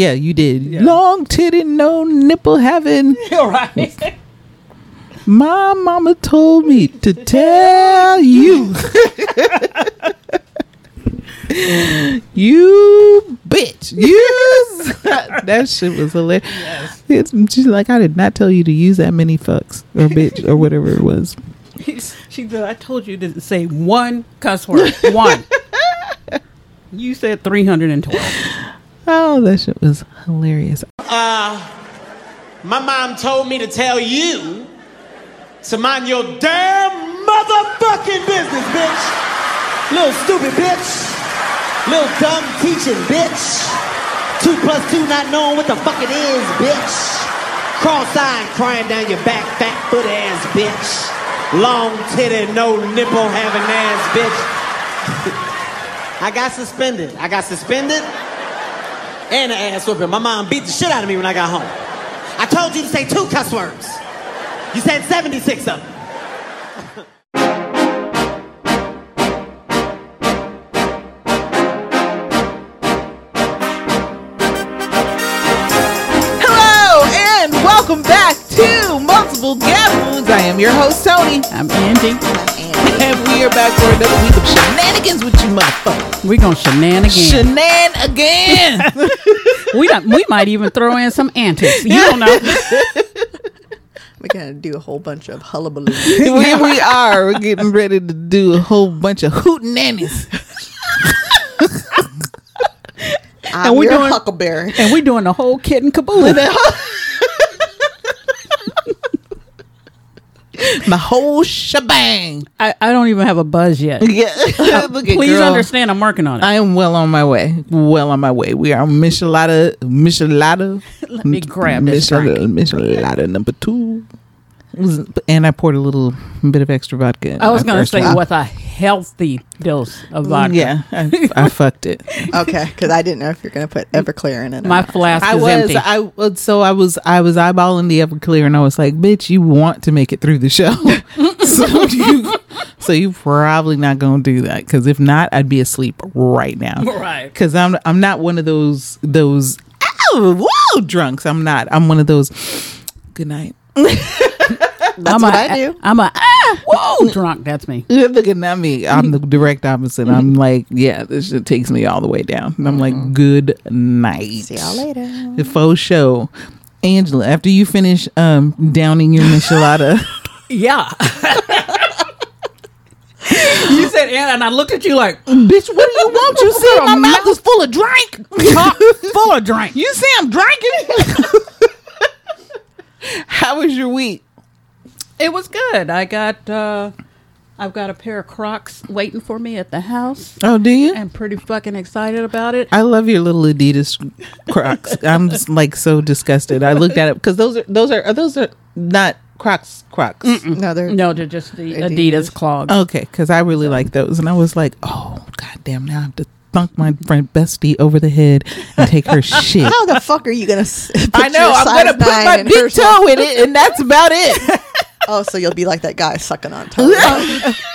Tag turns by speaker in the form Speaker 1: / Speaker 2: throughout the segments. Speaker 1: Yeah, you did.
Speaker 2: Yeah.
Speaker 1: Long titty, no nipple having.
Speaker 2: All right.
Speaker 1: My mama told me to tell you. you bitch. You. that shit was hilarious. It's, she's like, I did not tell you to use that many fucks or bitch or whatever it was.
Speaker 2: she said, I told you to say one cuss word. One. you said 312.
Speaker 1: Oh, that shit was hilarious.
Speaker 3: My mom told me to tell you to mind your damn motherfucking business, bitch. Little stupid bitch. Little dumb teaching, bitch. Two plus two not knowing what the fuck it is, bitch. Cross-eyed crying down your back, fat foot ass, bitch. Long titty, no nipple having ass, bitch. I got suspended. I got suspended and an ass whooping. My mom beat the shit out of me when I got home. I told you to say two cuss words. You said 76 of them.
Speaker 1: Hello, and welcome back to Multiple Gaboons. I am your host, Tony.
Speaker 2: I'm Andy.
Speaker 1: And we are back for another week of shenanigans with you, motherfucker.
Speaker 2: We're going to shenanigan.
Speaker 1: Shenan again.
Speaker 2: we, not, we might even throw in some antics. You don't know.
Speaker 4: We're gonna do a whole bunch of hullabaloo.
Speaker 1: Here we are. We're getting ready to do a whole bunch of hootenannies.
Speaker 4: I'm
Speaker 2: And we're
Speaker 4: your
Speaker 2: doing-
Speaker 4: huckleberry.
Speaker 2: And we're doing the whole kit and caboodle.
Speaker 1: My whole shebang.
Speaker 2: I, I don't even have a buzz yet.
Speaker 1: Yeah. Look at
Speaker 2: Please
Speaker 1: girl.
Speaker 2: understand I'm working on it.
Speaker 1: I am well on my way. Well on my way. We are Michelada, Michelada. Let
Speaker 2: me grab this
Speaker 1: Michelada, Michelada number two. And I poured a little bit of extra vodka. in
Speaker 2: I was
Speaker 1: my
Speaker 2: going to
Speaker 1: first
Speaker 2: say
Speaker 1: one.
Speaker 2: with a healthy dose of
Speaker 1: Mm,
Speaker 2: vodka.
Speaker 1: Yeah, I, I fucked it.
Speaker 4: Okay, because I didn't know if you're gonna put Everclear in it. or
Speaker 2: My
Speaker 4: not.
Speaker 2: flask
Speaker 1: I
Speaker 2: is
Speaker 1: was, uh,
Speaker 2: empty.
Speaker 1: I was, so I was, I was eyeballing the Everclear, and I was like, "Bitch, you want to make it through the show, so you, so you probably not gonna do that. Because if not, I'd be asleep right now.
Speaker 2: Right.
Speaker 1: Because I'm, I'm not one of those, those, oh, whoa, drunks. I'm not. I'm one of those. Good night.
Speaker 4: That's
Speaker 2: I'm
Speaker 4: what
Speaker 2: a,
Speaker 4: I do.
Speaker 2: I'm a ah, whoa drunk. That's me.
Speaker 1: Looking at me, I'm the direct opposite. I'm like, yeah, this shit takes me all the way down. And I'm like, good night.
Speaker 4: See y'all later.
Speaker 1: the faux show. Angela, after you finish um, downing your michelada,
Speaker 2: Yeah. you said Anna, and I looked at you like
Speaker 1: bitch, what do you want? You said my mouth is full of drink.
Speaker 2: "Pop, full of drink.
Speaker 1: You say I'm drinking. How was your week?
Speaker 2: It was good. I got uh I've got a pair of Crocs waiting for me at the house.
Speaker 1: Oh, do you?
Speaker 2: I'm pretty fucking excited about it.
Speaker 1: I love your little Adidas Crocs. I'm just, like so disgusted. I looked at it because those are those are, are those are not Crocs Crocs.
Speaker 4: No, they're
Speaker 2: No, they're just the Adidas,
Speaker 4: Adidas.
Speaker 2: clogs.
Speaker 1: Okay, because I really like those, and I was like, oh goddamn, now I have to thunk my friend Bestie over the head and take her shit.
Speaker 4: How the fuck are you gonna? s- Put
Speaker 1: I know.
Speaker 4: your
Speaker 1: I'm
Speaker 4: size
Speaker 1: gonna put
Speaker 4: nine
Speaker 1: my
Speaker 4: in her
Speaker 1: big toe in it, and that's about it.
Speaker 4: Oh, so you'll be like that guy sucking on toes.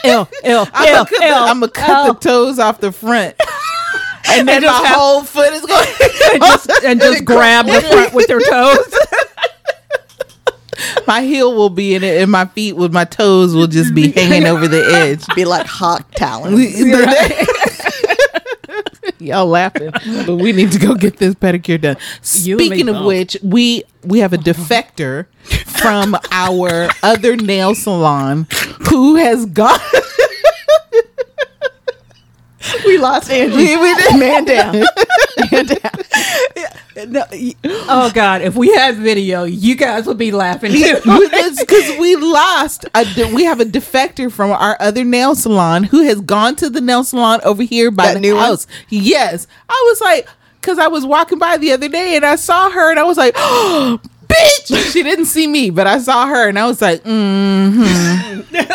Speaker 2: L L
Speaker 1: I'm gonna cut, the, I'ma cut the toes off the front, and then
Speaker 2: And just
Speaker 1: my
Speaker 2: have-
Speaker 1: whole foot is going.
Speaker 2: and just, and just grab the front with their toes.
Speaker 1: my heel will be in it, and my feet with my toes will just be hanging over the edge.
Speaker 4: be like hawk talons.
Speaker 1: Y'all laughing, but we need to go get this pedicure done.
Speaker 2: You and me
Speaker 1: Speaking of
Speaker 2: both.
Speaker 1: which, we we have a defector from our other nail salon who has gone.
Speaker 4: we lost Angie. Man down. Man down.
Speaker 2: No, y- oh God! If we had video, you guys would be laughing too.
Speaker 1: because we lost a de- we have a defector from our other nail salon who has gone to the nail salon over here by
Speaker 4: That
Speaker 1: the
Speaker 4: new one?
Speaker 1: house yes i was like because i was walking by the other day and i saw her and i was like oh bitch she didn't see me but i saw her and i was like mm.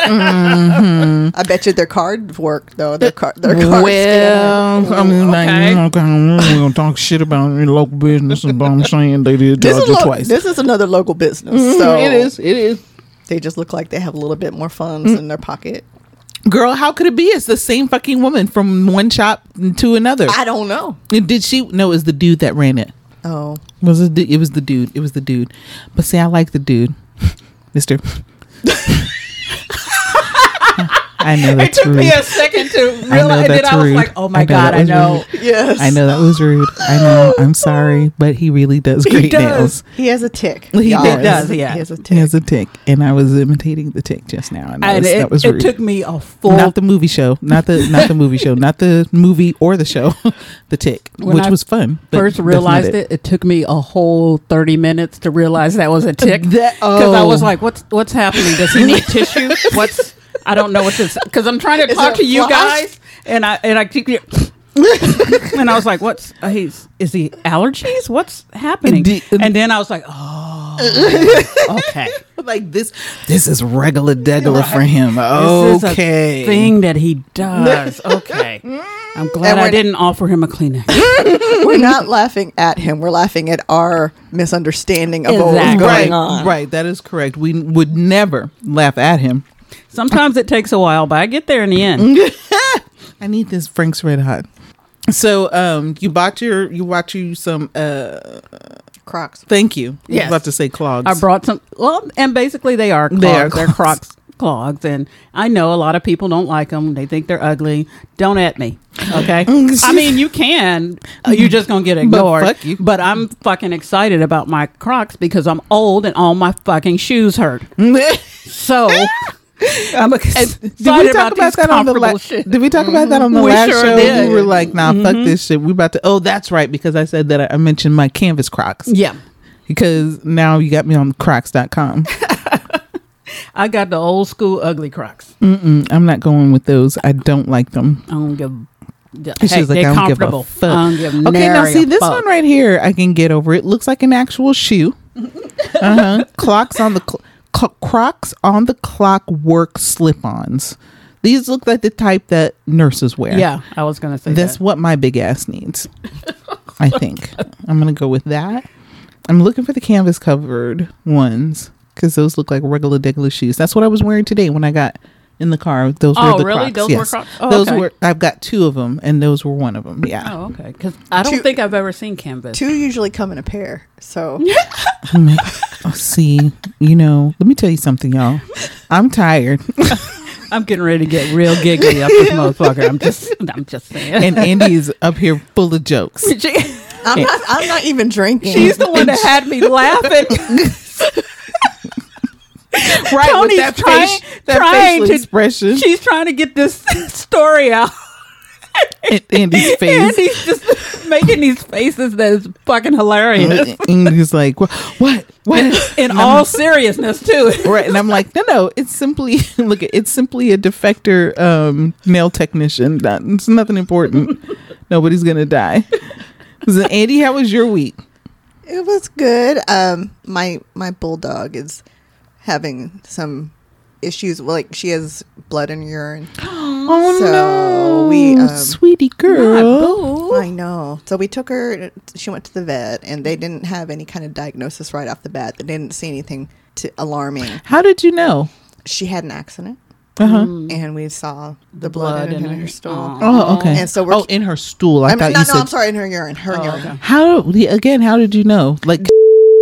Speaker 4: I bet you their card worked though. Their card. Their card.
Speaker 1: well i mean like
Speaker 2: Okay.
Speaker 1: mm, okay we're gonna talk shit about your local business but i'm saying they did
Speaker 4: This
Speaker 1: charge
Speaker 4: is,
Speaker 1: you
Speaker 4: lo-
Speaker 1: twice Mm-hmm,
Speaker 4: this is another local business. So
Speaker 1: it is Mm. it is
Speaker 4: They just look like they have a little bit more funds in their pocket.
Speaker 1: girl how could it be it's the same fucking woman from one shop to another
Speaker 4: I don't know.
Speaker 1: And Did she? No, it was the dude that ran it.
Speaker 4: Oh,
Speaker 1: Was it? It was the dude. It was the dude. But see, I like the dude, Mister. I know
Speaker 2: It
Speaker 1: that's
Speaker 2: took
Speaker 1: rude.
Speaker 2: me a second to realize, and then
Speaker 1: that's
Speaker 2: I was
Speaker 1: rude.
Speaker 2: like, "Oh my
Speaker 1: I know
Speaker 2: god,
Speaker 1: that
Speaker 2: I
Speaker 1: was
Speaker 2: know."
Speaker 4: yes.
Speaker 1: I know that was rude. I know. I'm sorry, but he really does great nails.
Speaker 2: does.
Speaker 4: He has a tick.
Speaker 1: He
Speaker 4: y'all.
Speaker 1: did-
Speaker 2: does,
Speaker 4: He
Speaker 2: yeah.
Speaker 4: has a tick.
Speaker 1: He has a tick, and I was imitating the tick just now. And, that
Speaker 2: And
Speaker 1: was,
Speaker 2: it,
Speaker 1: that was
Speaker 2: it
Speaker 1: rude.
Speaker 2: took me a full.
Speaker 1: not the movie show, not the not the movie show, not the movie or the show, the tick,
Speaker 2: When
Speaker 1: which
Speaker 2: I
Speaker 1: was fun. but
Speaker 2: first
Speaker 1: that's not
Speaker 2: realized it. it. took me a whole thirty minutes to realize that was a tick. Because
Speaker 1: That-
Speaker 2: I
Speaker 1: oh.
Speaker 2: was like, "What's what's happening? Does he need tissue? What's I don't know what this." Because I'm trying to
Speaker 4: Is
Speaker 2: talk
Speaker 4: it
Speaker 2: to you
Speaker 4: floss?
Speaker 2: guys, and I and I keep. and I was like, "What's uh, he's is he allergies? What's happening?"
Speaker 1: Indeed.
Speaker 2: And then I was like, "Oh, okay."
Speaker 1: Like this, this is regular degular for him.
Speaker 2: This is a
Speaker 1: Okay,
Speaker 2: thing that he does. Okay. I'm glad
Speaker 4: And
Speaker 2: I
Speaker 4: we're-
Speaker 2: didn't offer him a Kleenex.
Speaker 4: We're not laughing at him. We're laughing at our misunderstanding of what was
Speaker 2: Exactly.
Speaker 4: going
Speaker 1: right,
Speaker 4: on.
Speaker 1: right. That is correct. We would never laugh at him.
Speaker 2: Sometimes it takes a while, but I get there in the end.
Speaker 1: I need this Frank's Red Hot. So, um, you bought your, you bought you some. uh
Speaker 4: Crocs.
Speaker 1: Thank you. I
Speaker 2: Yes.
Speaker 1: was about to say clogs.
Speaker 2: I brought some, well, and basically they are clogs.
Speaker 1: They
Speaker 2: They
Speaker 1: are
Speaker 2: are They're Crocs clogs. And I know a lot of people don't like them. They think they're ugly. Don't at me. Okay. I mean, you can. Uh, You're just going to get ignored.
Speaker 1: Mm, fuck you.
Speaker 2: But I'm fucking excited about my Crocs because I'm old and all my fucking shoes hurt. So. I'm excited
Speaker 1: did we talk
Speaker 2: about,
Speaker 1: about
Speaker 2: these
Speaker 1: that on the
Speaker 2: comfortable
Speaker 1: la-
Speaker 2: shit. Mm-hmm.
Speaker 1: Did we talk about that on the
Speaker 2: We
Speaker 1: last
Speaker 2: sure
Speaker 1: show?
Speaker 2: did. Mm-hmm.
Speaker 1: We were like, "Nah, fuck this shit." We about to. Oh, that's right, because I said that I, I mentioned my canvas Crocs.
Speaker 2: Yeah.
Speaker 1: Because now you got me on Crocs.com.
Speaker 2: I got the old school ugly Crocs.
Speaker 1: Mm, I'm not going with those. I don't like them.
Speaker 2: I don't give.
Speaker 1: It's
Speaker 2: Hey,
Speaker 1: just like
Speaker 2: they're
Speaker 1: I don't give a
Speaker 2: comfortable.
Speaker 1: fuck.
Speaker 2: I don't give
Speaker 1: okay, now
Speaker 2: nary
Speaker 1: see
Speaker 2: a
Speaker 1: this
Speaker 2: fuck.
Speaker 1: one right here. I can get over. It looks like an actual shoe. uh-huh. Clocks on the cl- cl- Crocs on the clock work slip-ons. These look like the type that nurses wear.
Speaker 2: Yeah, I was gonna say
Speaker 1: That's
Speaker 2: that.
Speaker 1: what my big ass needs. I think I'm gonna go with that. I'm looking for the canvas covered ones because those look like regular degular shoes. That's what I was wearing today when I got in the car. Those
Speaker 2: Oh,
Speaker 1: were the
Speaker 2: really?
Speaker 1: Crocs.
Speaker 2: Those were
Speaker 1: yes.
Speaker 2: Crocs? Oh,
Speaker 1: those
Speaker 2: okay.
Speaker 1: were. I've got two of them, and those were one of them. Yeah.
Speaker 2: Oh, okay. Because I don't
Speaker 4: Two-
Speaker 2: think I've ever seen canvas.
Speaker 4: Two usually come in a pair. So
Speaker 1: I'm like, "Oh, see, you know, let me tell you something, y'all. I'm tired,
Speaker 2: I'm getting ready to get real giggly up this motherfucker. I'm just, I'm just saying.
Speaker 1: and Andy's up here full of jokes.
Speaker 2: And she,
Speaker 4: I'm not. I'm not even drinking.
Speaker 2: she's the one that had me laughing.
Speaker 1: Right
Speaker 2: Tony's
Speaker 1: with that,
Speaker 2: trying,
Speaker 1: face, that
Speaker 2: trying
Speaker 1: facial
Speaker 2: to
Speaker 1: expression,
Speaker 2: She's trying to get this story out.
Speaker 1: and Andy's face.
Speaker 2: And he's just making these faces that is fucking hilarious.
Speaker 1: and he's like, "Wha- what? What?
Speaker 2: In all seriousness, too.
Speaker 1: right. And I'm like, no, no, it's simply look, it's simply a defector um, nail technician. Not, it's nothing important. Nobody's gonna die. So, Andy, how was your week?
Speaker 4: It was good. Um, my my bulldog is having some issues. Well, like she has blood in her urine.
Speaker 1: Oh
Speaker 4: Mm, So, we, um,
Speaker 1: sweetie girl.
Speaker 4: I know. So we took her. She went to the vet, and they didn't have any kind of diagnosis right off the bat. They didn't see anything to alarming.
Speaker 1: How did you know?
Speaker 4: She had an accident,
Speaker 1: Uh-huh.
Speaker 4: and we saw the,
Speaker 2: blood
Speaker 4: blood, in,
Speaker 2: in
Speaker 4: her,
Speaker 2: her-
Speaker 4: stool.
Speaker 2: Aw.
Speaker 1: Oh, okay.
Speaker 4: Mm. And so we're-
Speaker 1: oh, in her stool. I,
Speaker 4: I
Speaker 1: thought
Speaker 4: mean, no,
Speaker 1: you
Speaker 4: no,
Speaker 1: said. Oh,
Speaker 4: I'm sorry, in her urine, her urine.
Speaker 1: How the- again? How did you know? Like,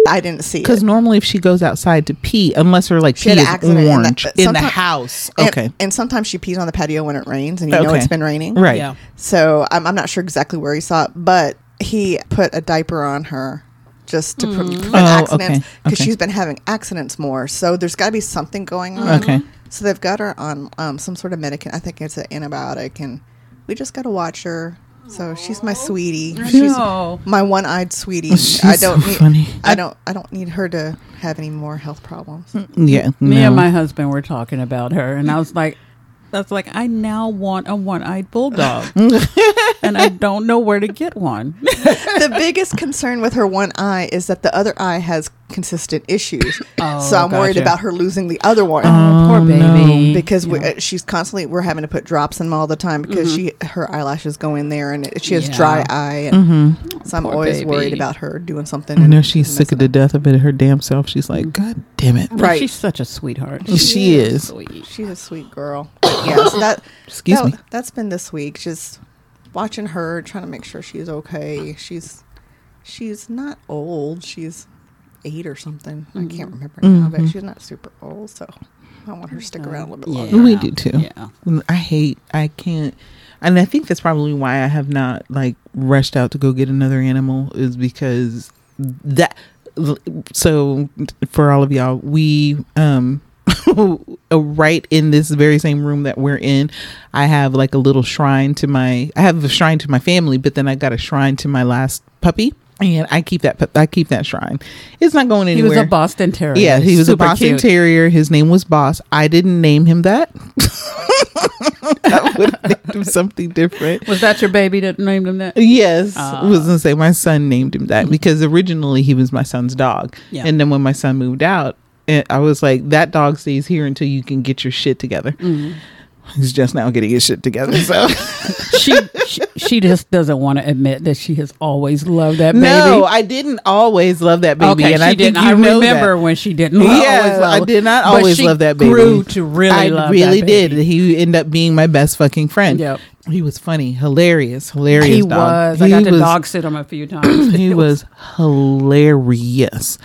Speaker 4: I didn't see it.
Speaker 1: because normally if she goes outside to pee, unless her like
Speaker 4: She
Speaker 1: pee
Speaker 4: had
Speaker 1: is
Speaker 4: an accident in the-
Speaker 1: orange in the,
Speaker 4: sometime-
Speaker 1: house.
Speaker 4: And-
Speaker 1: Okay,
Speaker 4: And, sometimes she pees on the patio when it rains, and you know
Speaker 1: Okay.
Speaker 4: it's been raining.
Speaker 1: right.
Speaker 2: Yeah.
Speaker 4: So I'm, I'm not sure exactly where he saw it, but he put a diaper on her just to pre- prevent
Speaker 1: Oh,
Speaker 4: accidents
Speaker 1: okay,
Speaker 4: because
Speaker 1: okay.
Speaker 4: she's been having accidents more. So there's got to be something going on.
Speaker 1: Okay.
Speaker 4: So they've got her on um, some sort of medicine. I think it's an antibiotic, and we just got to watch her. So she's my sweetie. She's
Speaker 2: know.
Speaker 4: my one-eyed sweetie.
Speaker 1: Oh, She's
Speaker 4: I don't
Speaker 1: so
Speaker 4: need,
Speaker 1: funny.
Speaker 4: I don't. I don't need her to have any more health problems.
Speaker 1: Yeah,
Speaker 2: Me
Speaker 1: no.
Speaker 2: and my husband were talking about her, and I was like, "That's like I now want a one-eyed bulldog, and I don't know where to get one."
Speaker 4: the biggest concern with her one eye is that the other eye has consistent issues.
Speaker 1: Oh,
Speaker 4: so I'm worried
Speaker 2: gotcha.
Speaker 4: about her losing the other one
Speaker 1: Um,
Speaker 2: Poor baby.
Speaker 4: because we, uh, she's constantly we're having to put drops in all the time because
Speaker 1: Mm-hmm.
Speaker 4: she her eyelashes go in there and it, she has
Speaker 2: Yeah.
Speaker 4: dry eye. And So I'm
Speaker 2: Poor
Speaker 4: always worried
Speaker 2: baby.
Speaker 4: about her doing something.
Speaker 1: Mm-hmm. I
Speaker 4: and
Speaker 1: know she's
Speaker 4: messing
Speaker 1: sick of the death of it. Her damn self. She's like, God damn it.
Speaker 4: Right.
Speaker 2: She's such a sweetheart.
Speaker 1: She, is.
Speaker 2: Sweet.
Speaker 4: She's a sweet girl. yeah, so that
Speaker 1: Excuse
Speaker 4: that,
Speaker 1: me.
Speaker 4: That's been this week. Just watching her, trying to make sure she's okay. She's She's not old. She's eight or something.
Speaker 1: Mm-hmm.
Speaker 4: I can't remember now, but she's not super old. So I want her to stick around a little bit longer.
Speaker 1: We do too. Mm,
Speaker 2: Yeah.
Speaker 1: I hate. I can't. And I think that's probably why I have not like rushed out to go get another animal is because that. So for all of y'all, we um right in this very same room that we're in, I have like a little shrine to my. I have a shrine to my family, but then I got a shrine to my last puppy. And I keep that. pu- I keep that shrine. It's not going
Speaker 2: He
Speaker 1: anywhere.
Speaker 2: was a Boston Terrier.
Speaker 1: Yeah, he was a
Speaker 2: Super
Speaker 1: Boston
Speaker 2: cute.
Speaker 1: Terrier. His name was Boss. I didn't name him that. I would have named him something different.
Speaker 2: Was that your baby that named him that?
Speaker 1: Yes, I was gonna say my son named him that because originally he was my son's dog,
Speaker 2: Yeah.
Speaker 1: and then when my son moved out, eh, I was like, "That dog stays here until you can get your shit together." He's just now getting his shit together, so
Speaker 2: she, she she just doesn't want to admit that she has always loved that baby.
Speaker 1: no, I didn't always love that baby,
Speaker 2: okay,
Speaker 1: and
Speaker 2: she
Speaker 1: I
Speaker 2: didn't.
Speaker 1: think you
Speaker 2: I
Speaker 1: know that.
Speaker 2: remember when she didn't.
Speaker 1: Yeah,
Speaker 2: always love
Speaker 1: I did not
Speaker 2: but
Speaker 1: always
Speaker 2: she
Speaker 1: love that baby.
Speaker 2: Grew to really
Speaker 1: I
Speaker 2: love.
Speaker 1: really
Speaker 2: that
Speaker 1: did.
Speaker 2: baby.
Speaker 1: He ended up being my best fucking friend.
Speaker 2: Yep.
Speaker 1: He was funny, hilarious, hilarious.
Speaker 2: He
Speaker 1: dog.
Speaker 2: was. I
Speaker 1: He
Speaker 2: got to
Speaker 1: was-
Speaker 2: dog sit him a few times.
Speaker 1: He was hilarious.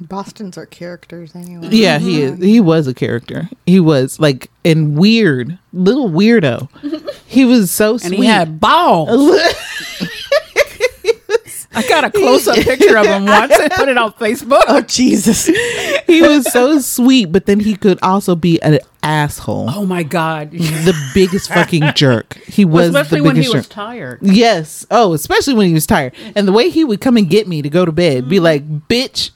Speaker 4: Boston's are characters anyway.
Speaker 1: Yeah, he is.
Speaker 2: Mm-hmm.
Speaker 1: He was a character. He was like and weird, little weirdo. He was so sweet.
Speaker 2: and he had balls. I got a close up picture of him once and put it on Facebook.
Speaker 4: Oh Jesus!
Speaker 1: he was so sweet, but then he could also be an asshole.
Speaker 2: Oh my god!
Speaker 1: The biggest fucking jerk. He was
Speaker 2: Especially
Speaker 1: the biggest
Speaker 2: when he
Speaker 1: jerk.
Speaker 2: was tired.
Speaker 1: Yes. Oh, especially when he was tired. And the way he would come and get me to go to bed, be like, bitch,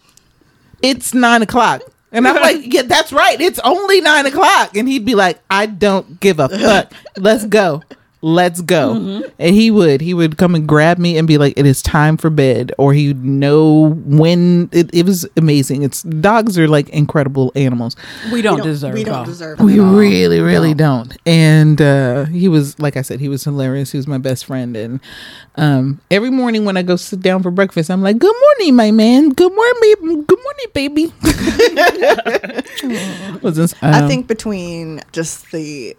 Speaker 1: it's nine o'clock. And I'm like, yeah, that's right. It's only nine o'clock. And he'd be like, I don't give a fuck. Let's go. Let's go. And he would, he would come and grab me and be like, it is time for bed. Or he'd know when it, it was amazing. It's dogs are like incredible animals.
Speaker 2: We don't, deserve.
Speaker 4: We don't
Speaker 2: balls.
Speaker 4: deserve.
Speaker 1: We
Speaker 4: it.
Speaker 1: really, really don't. And uh, he was, like I said, he was hilarious. He was my best friend. And um, every morning when I go sit down for breakfast, I'm like, "Good morning, my man. Good morning, good morning, baby." Was this-
Speaker 4: I
Speaker 1: um,
Speaker 4: think between just the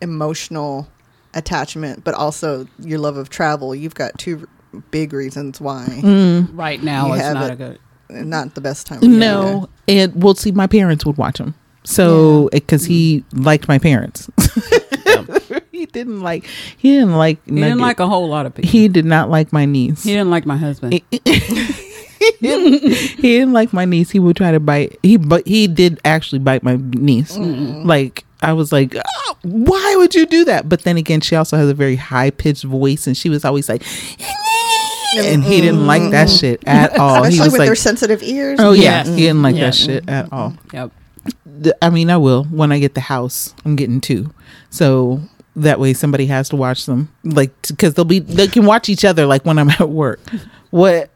Speaker 4: emotional attachment, but also your love of travel, you've got two r- big reasons why.
Speaker 1: Mm.
Speaker 2: Right now,
Speaker 4: You
Speaker 2: it's
Speaker 4: have
Speaker 2: not
Speaker 4: it.
Speaker 2: a good.
Speaker 4: Not the best time. of year.
Speaker 1: no, and we'll see. My parents would watch him. So, because he
Speaker 2: Mm-hmm.
Speaker 1: liked my parents, he didn't like. He didn't like.
Speaker 2: He didn't like a whole lot of people.
Speaker 1: He did not like my niece.
Speaker 2: He didn't like my husband.
Speaker 1: he didn't like my niece. He would try to bite. He but he did actually bite my niece.
Speaker 4: Mm.
Speaker 1: Like I was like, "Ah, why would you do that? But then again, she also has a very high pitched voice, and she was always like, and he didn't like that shit at all. Oh, he
Speaker 4: Mm. especially
Speaker 1: was
Speaker 4: with their
Speaker 1: like,
Speaker 4: sensitive ears.
Speaker 1: oh yeah,
Speaker 2: Yes.
Speaker 1: he didn't like that
Speaker 2: Yes.
Speaker 1: shit at all.
Speaker 2: yep.
Speaker 1: Th- I mean, I will when I get the house. I'm getting two, so that way somebody has to watch them, like because they'll be they can watch each other. Like when I'm at work, what.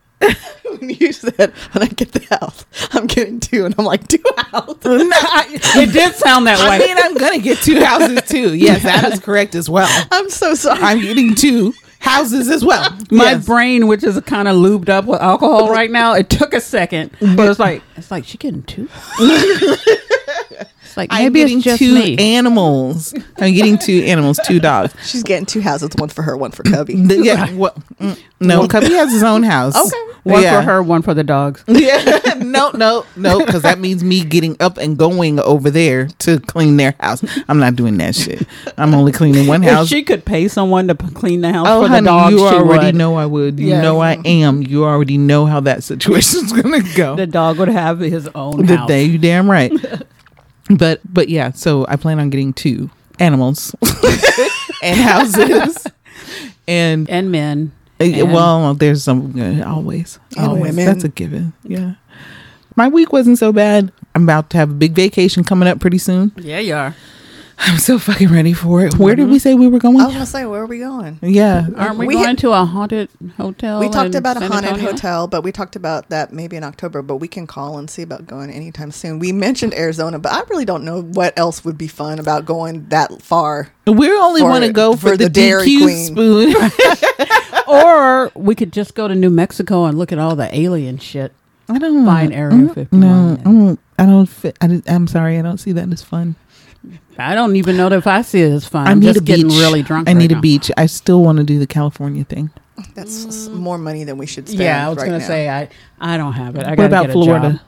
Speaker 4: when you said when I get the house, I'm getting two, and I'm like two house.
Speaker 2: It did sound that
Speaker 1: I
Speaker 2: way.
Speaker 1: mean, I'm gonna get two houses too. Yes, that is correct as well.
Speaker 4: I'm so sorry.
Speaker 1: I'm getting two houses as well.
Speaker 2: my
Speaker 1: Yes.
Speaker 2: brain, which is kind of lubed up with alcohol right now, it took a second, but it's like it's like she getting two. it's like
Speaker 1: I'm
Speaker 2: maybe
Speaker 1: getting
Speaker 2: it's just
Speaker 1: two
Speaker 2: me.
Speaker 1: animals. I'm getting two animals, two dogs.
Speaker 4: She's getting two houses, one for her, one for Cubby.
Speaker 1: The- yeah, what- mm, no, Cubby has his own house.
Speaker 4: Okay.
Speaker 2: one
Speaker 1: Yeah.
Speaker 2: for her, one for the dogs.
Speaker 1: Yeah. No, no, no, because that means me getting up and going over there to clean their house. I'm not doing that shit. I'm only cleaning one
Speaker 2: If
Speaker 1: house.
Speaker 2: she could pay someone to p- clean the house
Speaker 1: Oh,
Speaker 2: for
Speaker 1: honey,
Speaker 2: the dogs,
Speaker 1: you
Speaker 2: she
Speaker 1: already
Speaker 2: would.
Speaker 1: know I would. You
Speaker 2: Yes.
Speaker 1: know I am. You already know how that situation's gonna go.
Speaker 2: the dog would have his own
Speaker 1: The
Speaker 2: house.
Speaker 1: day you damn right. but but yeah, so I plan on getting two animals and houses. And,
Speaker 2: and men.
Speaker 1: uh,
Speaker 2: and-
Speaker 1: well, there's some uh, always.
Speaker 4: And
Speaker 1: always.
Speaker 4: women.
Speaker 1: That's a given. Yeah. My week wasn't so bad. I'm about to have a big vacation coming up pretty soon.
Speaker 2: Yeah, you are.
Speaker 1: I'm so fucking ready for it. Where did we say we were going?
Speaker 4: Oh, I was gonna say, where are we going?
Speaker 1: Uh-huh. Oh. yeah.
Speaker 2: Aren't we,
Speaker 4: We
Speaker 2: going
Speaker 4: had-
Speaker 2: to a haunted hotel?
Speaker 4: We talked
Speaker 2: in
Speaker 4: about a
Speaker 2: San
Speaker 4: haunted
Speaker 2: Antonio?
Speaker 4: hotel, but we talked about that maybe in October. But we can call and see about going anytime soon. We mentioned Arizona, but I really don't know what else would be fun about going that far.
Speaker 1: We only
Speaker 4: For-
Speaker 1: want to go for,
Speaker 4: for
Speaker 1: the,
Speaker 4: the Dairy
Speaker 1: DQ
Speaker 4: Queen.
Speaker 1: spoon.
Speaker 2: Or we could just go to New Mexico and look at all the alien shit.
Speaker 1: I don't
Speaker 2: Find
Speaker 1: want-
Speaker 2: Area 51
Speaker 1: No, I
Speaker 2: then.
Speaker 1: don't. I don't fit. I didn't- I'm sorry. I don't see that as fun.
Speaker 2: I don't even know if I see it as fun.
Speaker 1: I
Speaker 2: I'm
Speaker 1: need
Speaker 2: just
Speaker 1: a beach.
Speaker 2: getting really drunk.
Speaker 1: I
Speaker 2: right
Speaker 1: need a
Speaker 2: now.
Speaker 1: beach. I still want to do the California thing.
Speaker 4: That's s- more money than we should spend.
Speaker 2: yeah, I was
Speaker 4: right
Speaker 2: gonna
Speaker 4: now.
Speaker 2: say I I don't have it. I
Speaker 1: What
Speaker 2: gotta
Speaker 1: about
Speaker 2: get a job.
Speaker 1: Florida?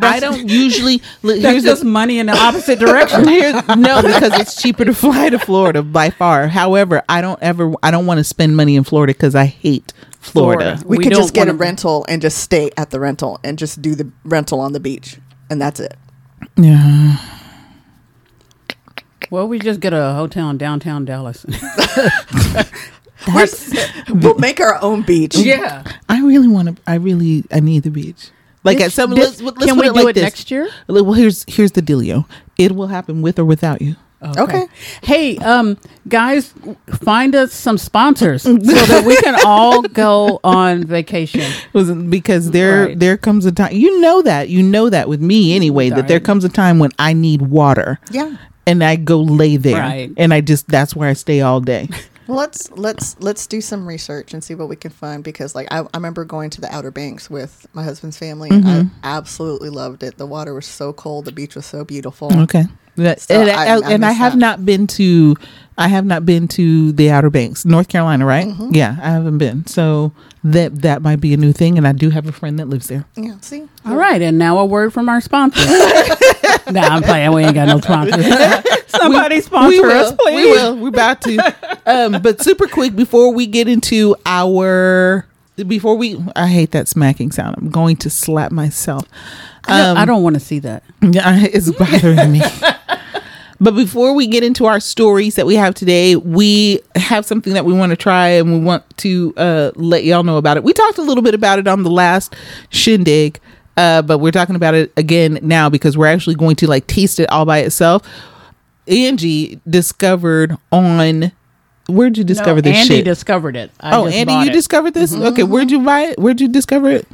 Speaker 1: I don't usually. li-
Speaker 2: There's
Speaker 1: here's
Speaker 2: just
Speaker 1: the,
Speaker 2: money in the opposite direction.
Speaker 1: here, no, because it's cheaper to fly to Florida by far. However, I don't ever. I don't want to spend money in Florida because I hate Florida.
Speaker 2: Florida.
Speaker 4: we,
Speaker 2: We
Speaker 4: could
Speaker 2: don't
Speaker 4: just get a
Speaker 2: wanna-
Speaker 4: rental and just stay at the rental and just do the rental on the beach, and that's it.
Speaker 1: Yeah,
Speaker 2: Well, we just get a hotel in downtown Dallas.
Speaker 4: We're s- we'll make our own beach.
Speaker 2: yeah.
Speaker 1: I really want to. I really. I need the beach. Like at some.
Speaker 2: This-
Speaker 1: let's, let's
Speaker 2: can
Speaker 1: put
Speaker 2: we
Speaker 1: it
Speaker 2: do
Speaker 1: like
Speaker 2: it
Speaker 1: this.
Speaker 2: next year?
Speaker 1: Li- Well, here's here's the dealio. It will happen with or without you.
Speaker 4: Okay.
Speaker 2: Hey, um, guys, find us some sponsors so that we can all go on vacation.
Speaker 1: was because there
Speaker 2: Right.
Speaker 1: there comes a time you know that you know that with me anyway that there
Speaker 2: Right.
Speaker 1: comes a time when I need water.
Speaker 4: Yeah.
Speaker 1: And I go lay there,
Speaker 2: Right.
Speaker 1: and I just that's where I stay all day.
Speaker 4: Well, let's let's let's do some research and see what we can find because, like, I, I remember going to the Outer Banks with my husband's family. and
Speaker 1: Mm-hmm.
Speaker 4: I absolutely loved it. The water was so cold. The beach was so beautiful.
Speaker 1: Okay, That-
Speaker 4: So
Speaker 1: and
Speaker 4: I-
Speaker 1: I,
Speaker 4: I
Speaker 1: and I
Speaker 4: miss
Speaker 1: have
Speaker 4: that.
Speaker 1: not been to I have not been to the Outer Banks, North Carolina, right?
Speaker 4: Mm-hmm.
Speaker 1: Yeah, I haven't been, so that that might be a new thing. And I do have a friend that lives there.
Speaker 4: Yeah. See.
Speaker 2: All right, and now a word from our sponsor. nah, I'm playing. We ain't got no sponsors. Somebody sponsor
Speaker 1: we will.
Speaker 2: us, please.
Speaker 1: We will. We're about to. um, but super quick before we get into our before we I hate that smacking sound. I'm going to slap myself.
Speaker 2: I
Speaker 1: Um,
Speaker 2: don't, I don't want to see that.
Speaker 1: Yeah, it's bothering me. But before we get into our stories that we have today, we have something that we want to try and we want to uh, let y'all know about it. We talked a little bit about it on the last shindig, uh, but we're talking about it again now because we're actually going to like taste it all by itself. Angie discovered on where'd you discover
Speaker 2: No,
Speaker 1: this
Speaker 2: Andy
Speaker 1: shit?
Speaker 2: discovered it. I
Speaker 1: oh,
Speaker 2: just
Speaker 1: Andy,
Speaker 2: bought
Speaker 1: you
Speaker 2: it. Mm-hmm,
Speaker 1: discovered this? Okay, where'd you buy it? Where'd you discover it?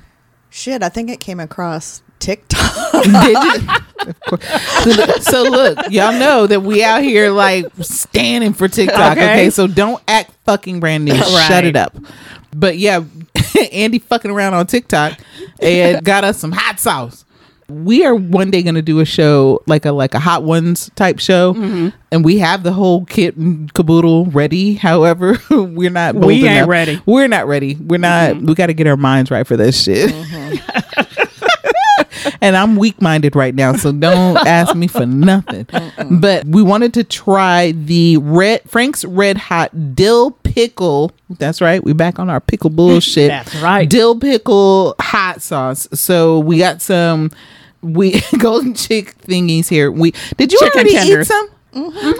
Speaker 4: Shit. I think it came across TikTok.
Speaker 1: Did you? Of course. So look- So look, y'all know that we out here like standing for TikTok. Okay,
Speaker 2: Okay.
Speaker 1: so don't act fucking brand new. Shut
Speaker 2: Right.
Speaker 1: it up. But yeah, Andy fucking around on TikTok and got us some hot sauce. We are one day going to do a show like a like a hot ones type show,
Speaker 2: Mm-hmm.
Speaker 1: and we have the whole kit and caboodle ready. However, we're not. bold
Speaker 2: We ain't
Speaker 1: enough.
Speaker 2: ready. Mm-hmm.
Speaker 1: We're not ready. We're not. We got to get our minds right for this shit and I'm weak minded right now, so don't ask me for nothing. But we wanted to try the red Frank's Red Hot Dill Pickle. That's right, we back on our pickle bullshit.
Speaker 2: That's right.
Speaker 1: dill pickle hot sauce. So we got some we golden chick thingies here. We did you
Speaker 2: Chicken
Speaker 1: already eat
Speaker 2: tenders. Mm-hmm.
Speaker 1: some?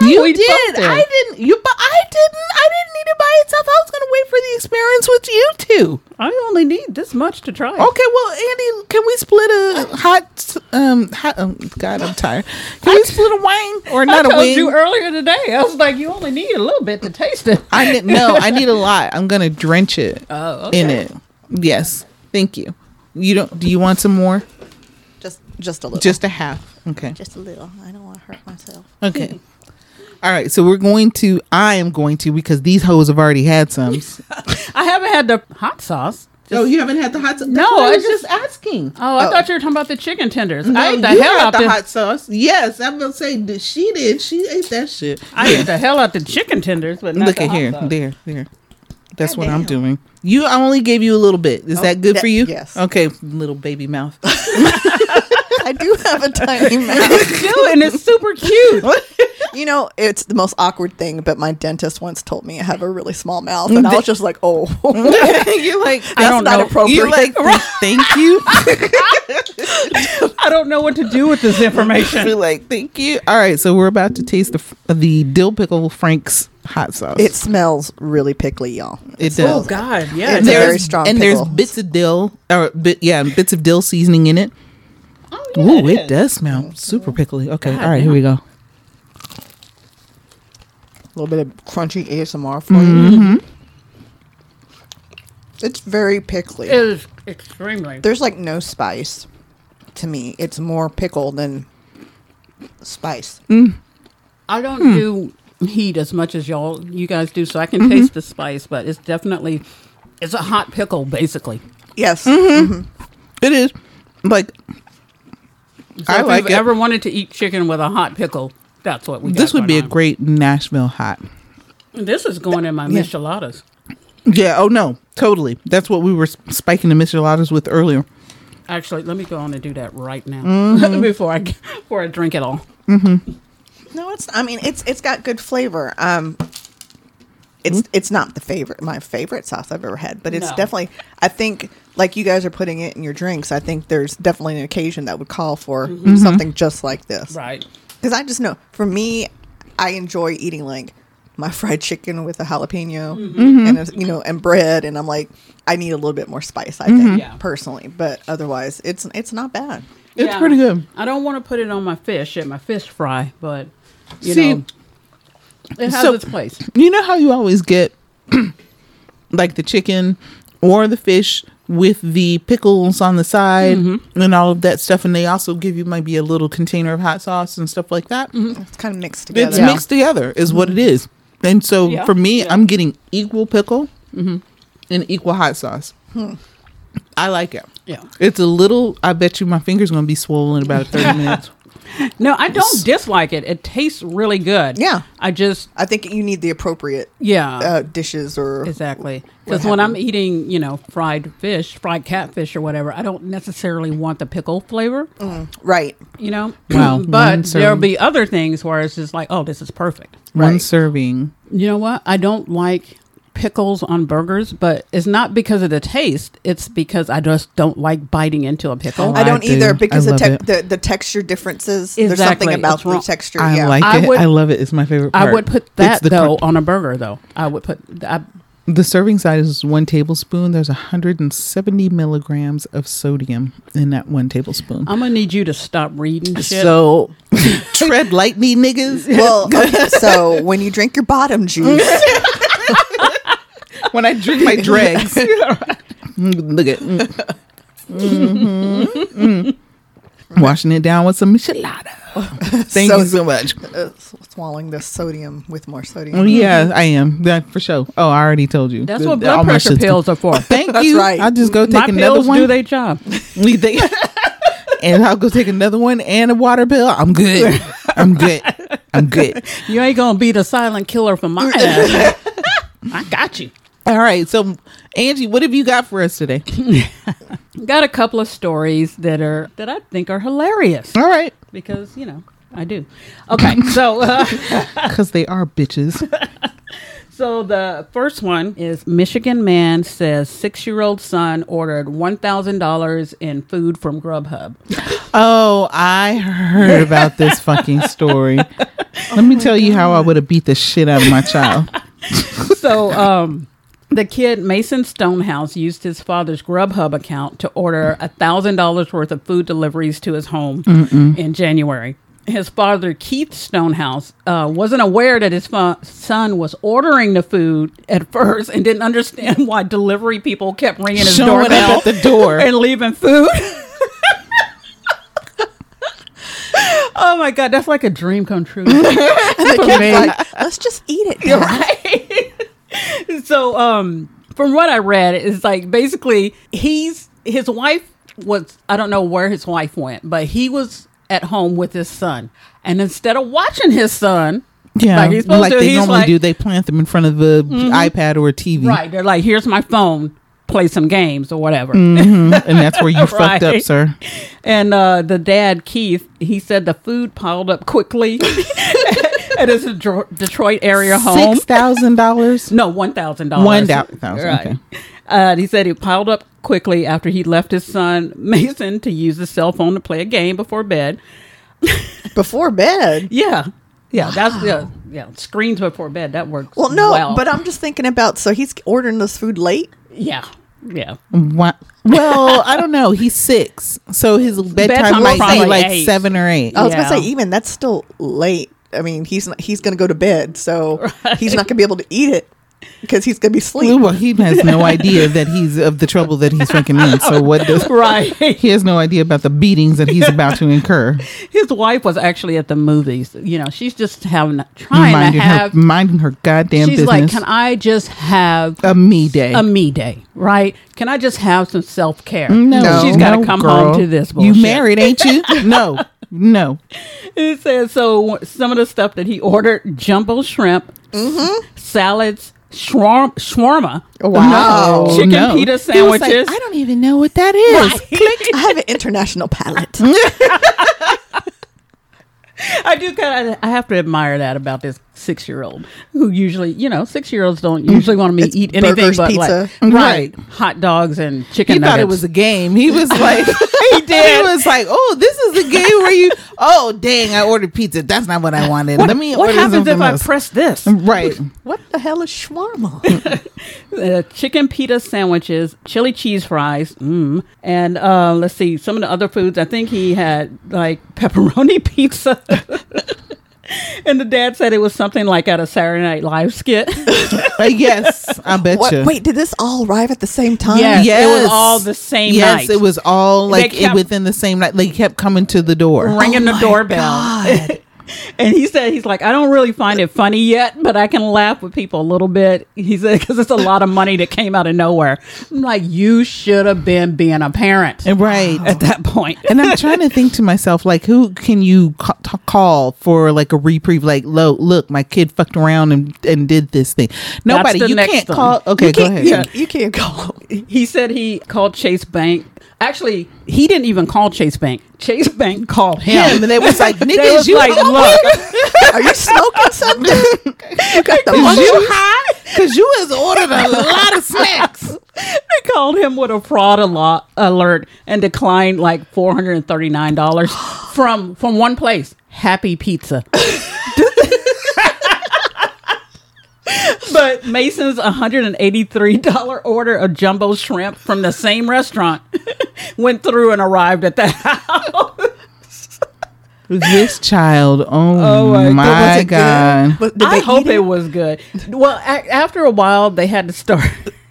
Speaker 1: You
Speaker 2: We
Speaker 1: did.
Speaker 2: both did.
Speaker 1: I didn't. You, but I didn't. I didn't need it by itself. I was going to wait for the experience with you two.
Speaker 2: I only need this much to try. it.
Speaker 1: Okay, well, Andy, can we split a hot? Um, hot, um God, I'm tired. Can we split a wing or
Speaker 2: I
Speaker 1: not a
Speaker 2: told
Speaker 1: wing?
Speaker 2: you earlier today. I was like, you only need a little bit to taste it.
Speaker 1: I need, no, I need a lot. I'm gonna drench it
Speaker 2: Oh,
Speaker 1: in it. Yes, thank you. You don't? Do you want some more?
Speaker 4: just just a little.
Speaker 1: Just a half. Okay.
Speaker 4: just a little. I don't want to hurt myself.
Speaker 1: Okay. All right. So we're going to. I am going to because these hoes have already had some.
Speaker 2: I haven't had the hot sauce.
Speaker 1: oh, you haven't had the hot sauce.
Speaker 2: No, I
Speaker 1: I was
Speaker 2: just-
Speaker 1: just asking.
Speaker 2: Oh, I thought you were talking about the chicken tenders. I ate the
Speaker 1: you
Speaker 2: hell
Speaker 1: had
Speaker 2: out
Speaker 1: the
Speaker 2: the
Speaker 1: hot sauce. Yes, I'm gonna say that she did. She ate that shit.
Speaker 2: I ate the hell out the chicken tenders, but not
Speaker 1: Look
Speaker 2: the
Speaker 1: at
Speaker 2: hot
Speaker 1: here,
Speaker 2: sauce.
Speaker 1: there, there. That's what I'm
Speaker 4: Goddamn.
Speaker 1: doing. You, I only gave you a little bit. Is that good
Speaker 4: that-
Speaker 1: for you?
Speaker 4: yes.
Speaker 1: Okay, little baby mouth.
Speaker 4: I do have a tiny mouth.
Speaker 2: do, and it's super cute.
Speaker 4: You know, it's the most awkward thing, but my dentist once told me I have a really small mouth, and I was just like, oh,
Speaker 1: you're like,
Speaker 4: that's
Speaker 2: don't
Speaker 4: not
Speaker 2: know.
Speaker 4: appropriate.
Speaker 1: you're like, thank you.
Speaker 2: I don't know what to do with this
Speaker 1: You're
Speaker 2: information.
Speaker 1: like, thank you. All right, so we're about to taste the f- the dill pickle Frank's hot sauce.
Speaker 4: it smells really pickly, y'all.
Speaker 1: it does.
Speaker 2: oh, God, yeah.
Speaker 4: It's a
Speaker 1: there's-
Speaker 4: very strong
Speaker 1: and
Speaker 4: pickle.
Speaker 1: there's bits of dill or bit, yeah, bits of dill seasoning in it. Ooh, it does smell super pickly. Okay, all right, here we go.
Speaker 4: A little bit of crunchy ASMR for you. It's very pickly.
Speaker 2: It is extremely.
Speaker 4: There's like no spice to me. It's more pickle than spice.
Speaker 2: I don't
Speaker 1: Hmm.
Speaker 2: do heat as much as y'all you guys do, so I
Speaker 1: Mm-hmm.
Speaker 2: can taste the spice, but it's definitely it's a hot pickle basically.
Speaker 4: Yes.
Speaker 1: It is like
Speaker 2: So
Speaker 1: I
Speaker 2: if
Speaker 1: like
Speaker 2: you've
Speaker 1: it.
Speaker 2: ever wanted to eat chicken with a hot pickle, that's what we got
Speaker 1: this would
Speaker 2: going
Speaker 1: be a
Speaker 2: on.
Speaker 1: great Nashville hot.
Speaker 2: This is going in my micheladas.
Speaker 1: Yeah. Oh no. Totally. That's what we were spiking the micheladas with earlier.
Speaker 2: Actually, let me go on and do that right now
Speaker 1: Mm-hmm.
Speaker 2: before I g- before I drink it all.
Speaker 4: No, it's. I mean, it's it's got good flavor. Um, it's it's not the favorite my favorite sauce I've ever had, but it's
Speaker 2: No.
Speaker 4: definitely. I think like you guys are putting it in your drinks. I think there's definitely an occasion that would call for something just like this.
Speaker 2: Right.
Speaker 4: Because I just know for me, I enjoy eating like my fried chicken with a jalapeno
Speaker 1: Mm-hmm.
Speaker 4: and a, you know and bread, and I'm like, I need a little bit more spice. I think
Speaker 1: Mm-hmm.
Speaker 2: Yeah.
Speaker 4: personally, but otherwise, it's it's not bad.
Speaker 1: It's pretty good.
Speaker 2: I don't want to put it on my fish at my fish fry, but you
Speaker 1: See,
Speaker 2: know, it has
Speaker 1: so-
Speaker 2: its place.
Speaker 1: You know how you always get like the chicken or the fish with the pickles on the side and all of that stuff, and they also give you maybe a little container of hot sauce and stuff like that.
Speaker 4: It's kind of mixed together.
Speaker 1: It's
Speaker 2: Yeah.
Speaker 1: mixed together, is what it is. And so
Speaker 2: Yeah.
Speaker 1: for me,
Speaker 2: Yeah. Mm-hmm.
Speaker 1: I'm getting equal pickle and equal hot sauce. I like it.
Speaker 2: Hmm. Yeah.
Speaker 1: It's a little. I bet you my finger's going to be swollen in about thirty minutes.
Speaker 2: No, I don't dislike it. It tastes really good.
Speaker 4: Yeah.
Speaker 2: I just
Speaker 4: I think you need the appropriate
Speaker 2: yeah.
Speaker 4: uh, dishes or
Speaker 2: Exactly. Because when I'm eating, you know, fried fish, fried catfish or whatever, I don't necessarily want the pickle flavor,
Speaker 4: right.
Speaker 2: you know?
Speaker 1: Wow. One
Speaker 2: But
Speaker 1: serving.
Speaker 2: there'll be other things where it's just like, oh, this is perfect.
Speaker 1: One
Speaker 4: Right.
Speaker 1: serving.
Speaker 2: You know what? I don't like pickles on burgers, but it's not because of the taste. It's because I just don't like biting into a pickle.
Speaker 1: Oh,
Speaker 4: I
Speaker 1: I
Speaker 4: don't
Speaker 1: do.
Speaker 4: either
Speaker 1: I
Speaker 4: because the,
Speaker 1: love
Speaker 4: tec
Speaker 1: it.
Speaker 4: the the texture differences. There's
Speaker 2: Exactly.
Speaker 4: something about
Speaker 2: It's
Speaker 4: the
Speaker 2: wrong.
Speaker 4: texture.
Speaker 1: I
Speaker 4: yeah.
Speaker 1: like
Speaker 2: I
Speaker 1: it.
Speaker 2: would-
Speaker 1: I love it. It's my favorite. Part.
Speaker 2: I would put
Speaker 1: It's
Speaker 2: that
Speaker 1: the
Speaker 2: though
Speaker 1: crunch.
Speaker 2: on a burger though. I would put I,
Speaker 1: the serving size is one tablespoon. There's 170 milligrams of sodium in that one tablespoon.
Speaker 2: I'm gonna need you to stop reading shit.
Speaker 1: so tread lightly, niggas.
Speaker 4: Well, okay, so when you drink your bottom juice,
Speaker 1: When I drink my dregs, Mm, look at mm. Mhm, mm. washing it down with some michelada. Thank
Speaker 4: So-
Speaker 1: you so much.
Speaker 4: uh, s- swallowing the sodium with more sodium.
Speaker 1: Oh, yeah, I am. That for sure. Oh, I already told you.
Speaker 2: That's
Speaker 1: Th-
Speaker 2: what
Speaker 1: all
Speaker 2: blood
Speaker 1: my
Speaker 2: pressure
Speaker 1: shit's-
Speaker 2: pills are for.
Speaker 1: Thank
Speaker 4: That's
Speaker 1: you.
Speaker 4: right.
Speaker 1: I'll just go take
Speaker 2: My
Speaker 1: another
Speaker 2: pills
Speaker 1: one.
Speaker 2: do their job.
Speaker 1: We think- and I'll go take another one and a water pill. I'm good. I'm good. I'm good.
Speaker 2: You ain't gonna be the silent killer for my ass. I got you.
Speaker 1: All right. So, Angie, what have you got for us today?
Speaker 2: Got a couple of stories that are that I think are hilarious
Speaker 1: All right.
Speaker 2: because you know I do. Okay, so uh,
Speaker 1: Because they are bitches.
Speaker 2: so the first one is Michigan man says six year old son ordered one thousand dollars in food from Grubhub.
Speaker 1: Oh, I heard about this fucking story. Let me tell you how I would have beat the shit out of my child.
Speaker 2: so um the kid Mason Stonehouse used his father's Grubhub account to order a thousand dollars worth of food deliveries to his home in January. His father Keith Stonehouse uh, wasn't aware that his fa- son was ordering the food at first and didn't understand why delivery people kept ringing his
Speaker 1: Showing up
Speaker 2: doorbell
Speaker 1: at the door.
Speaker 2: and leaving food. oh my god, that's like a dream come true. For me.
Speaker 4: Like,
Speaker 1: Mm-hmm.
Speaker 4: let's just eat it. now.
Speaker 2: so um from what i read it's like basically he's his wife was i don't know where his wife went but he was at home with his son and instead of watching his son
Speaker 1: Yeah.
Speaker 2: like he's supposed to
Speaker 1: they
Speaker 2: he's
Speaker 1: normally
Speaker 2: like Mm-hmm.
Speaker 1: do, they plant them in front of the iPad or a TV.
Speaker 2: right they're like here's my phone play some games or whatever
Speaker 1: Mm. And that's where you fucked up,
Speaker 2: Right.
Speaker 1: sir.
Speaker 2: and uh the dad keith he said the food piled up quickly at his Dro- detroit area home
Speaker 1: $6,000.
Speaker 2: No, one thousand dollars.
Speaker 1: One thou- thousand, okay.
Speaker 2: Uh, and he said it piled up quickly after he left his son Mason to use his cell phone to play a game before bed.
Speaker 4: Before bed.
Speaker 2: Yeah, yeah, that's yeah, yeah. Screens before bed that works.
Speaker 4: Well, no,
Speaker 2: well.
Speaker 4: but I'm just thinking about. So he's ordering this food late.
Speaker 2: yeah, yeah.
Speaker 1: What? Well, I don't know. He's six, so his bedtime
Speaker 2: Bedtime
Speaker 1: might
Speaker 2: probably
Speaker 1: be like
Speaker 2: eight.
Speaker 1: seven or eight.
Speaker 4: I was
Speaker 2: Yeah.
Speaker 4: gonna say even that's still late. I mean, he's not, he's gonna go to bed, so he's not gonna be able to eat it because he's gonna be asleep.
Speaker 1: Well, he has no idea that he's of the trouble that he's fucking in. So what does
Speaker 2: Right.
Speaker 1: He has no idea about the beatings that he's about to incur.
Speaker 2: His wife was actually at the movies. You know, she's just having trying
Speaker 1: minding
Speaker 2: to have.
Speaker 1: her, minding her goddamn
Speaker 2: she's like,
Speaker 1: business.
Speaker 2: can I just have
Speaker 1: a me day.
Speaker 2: a me day, right? Can I just have some self care?
Speaker 1: no,
Speaker 2: she's got to
Speaker 1: no,
Speaker 2: come
Speaker 1: girl.
Speaker 2: home to this. Bullshit.
Speaker 1: You married, ain't you? No, no.
Speaker 2: It says so. Some of the stuff that he ordered: jumbo shrimp, s- salads, shawarma, shawarma
Speaker 4: Wow.
Speaker 1: Mm-hmm. Oh,
Speaker 2: chicken
Speaker 1: no.
Speaker 2: pita
Speaker 1: He was like,
Speaker 2: sandwiches.
Speaker 1: I don't even know what that is.
Speaker 4: I have an international palate.
Speaker 2: I do kind of. I have to admire that about this six-year-old who usually, you know, six-year-olds don't
Speaker 1: Mm-hmm.
Speaker 2: usually want to
Speaker 4: It's
Speaker 2: eat anything
Speaker 4: burgers,
Speaker 2: but
Speaker 4: pizza.
Speaker 2: like
Speaker 1: Right.
Speaker 2: right hot dogs and chicken.
Speaker 1: He
Speaker 2: nuggets.
Speaker 1: thought it was a game. He was like, he
Speaker 2: did.
Speaker 1: was like, oh, this is a game where you, oh, dang, I ordered pizza. That's not what I wanted. Let me.
Speaker 2: What
Speaker 1: order
Speaker 2: happens if
Speaker 1: something
Speaker 2: I
Speaker 1: else."
Speaker 2: press this?
Speaker 1: Right.
Speaker 4: what the hell is shawarma?
Speaker 2: Uh, chicken pita sandwiches, chili cheese fries, mm, and uh, let's see some of the other foods. I think he had like pepperoni pizza. And the dad said it was something like out of Saturday Night Live skit.
Speaker 1: Uh, yes, I bet
Speaker 4: What-
Speaker 1: you.
Speaker 4: Wait, did this all arrive at the same time?
Speaker 2: Yes. it was all the same
Speaker 1: Yes,
Speaker 2: night.
Speaker 1: it was all like it-
Speaker 2: kept-
Speaker 1: within the same night. They kept coming to the door.
Speaker 2: ringing the
Speaker 4: my
Speaker 2: doorbell. and he said, he's like, I don't really find it funny yet, but I can laugh with people a little bit. He said, because it's a lot of money that came out of nowhere. I'm like, you should have been being a parent
Speaker 1: Right.
Speaker 2: at that point.
Speaker 1: and I'm trying to think to myself, like, who can you ca- t- call for like a reprieve? Like, lo, look, my kid fucked around and, and did this thing. Nobody,
Speaker 2: the
Speaker 1: you
Speaker 2: next
Speaker 1: can't
Speaker 2: one.
Speaker 1: call. Okay,
Speaker 4: you
Speaker 1: go
Speaker 4: can't,
Speaker 1: ahead.
Speaker 4: you, you can't go.
Speaker 2: He said he called Chase Bank. Actually, he didn't even call Chase Bank. Chase Bank called him.
Speaker 1: Him and they was like,
Speaker 2: They
Speaker 1: niggas,
Speaker 2: was
Speaker 1: you
Speaker 2: like, look,
Speaker 4: Are you smoking something? you got the
Speaker 1: Cause
Speaker 4: munchies?
Speaker 1: you high? Cause you has ordered a lot of snacks.
Speaker 2: they called him with a fraud alo- alert and declined like four hundred and thirty nine dollars from from one place, Happy Pizza. but Mason's one hundred and eighty three dollar order of jumbo shrimp from the same restaurant went through and arrived at the house.
Speaker 1: This child, oh,
Speaker 2: Oh my
Speaker 1: my,
Speaker 4: But was it good?
Speaker 1: god,
Speaker 4: But did
Speaker 2: I
Speaker 4: they
Speaker 2: hope
Speaker 4: eat
Speaker 2: it was good. Well, a- after a while, they had to start.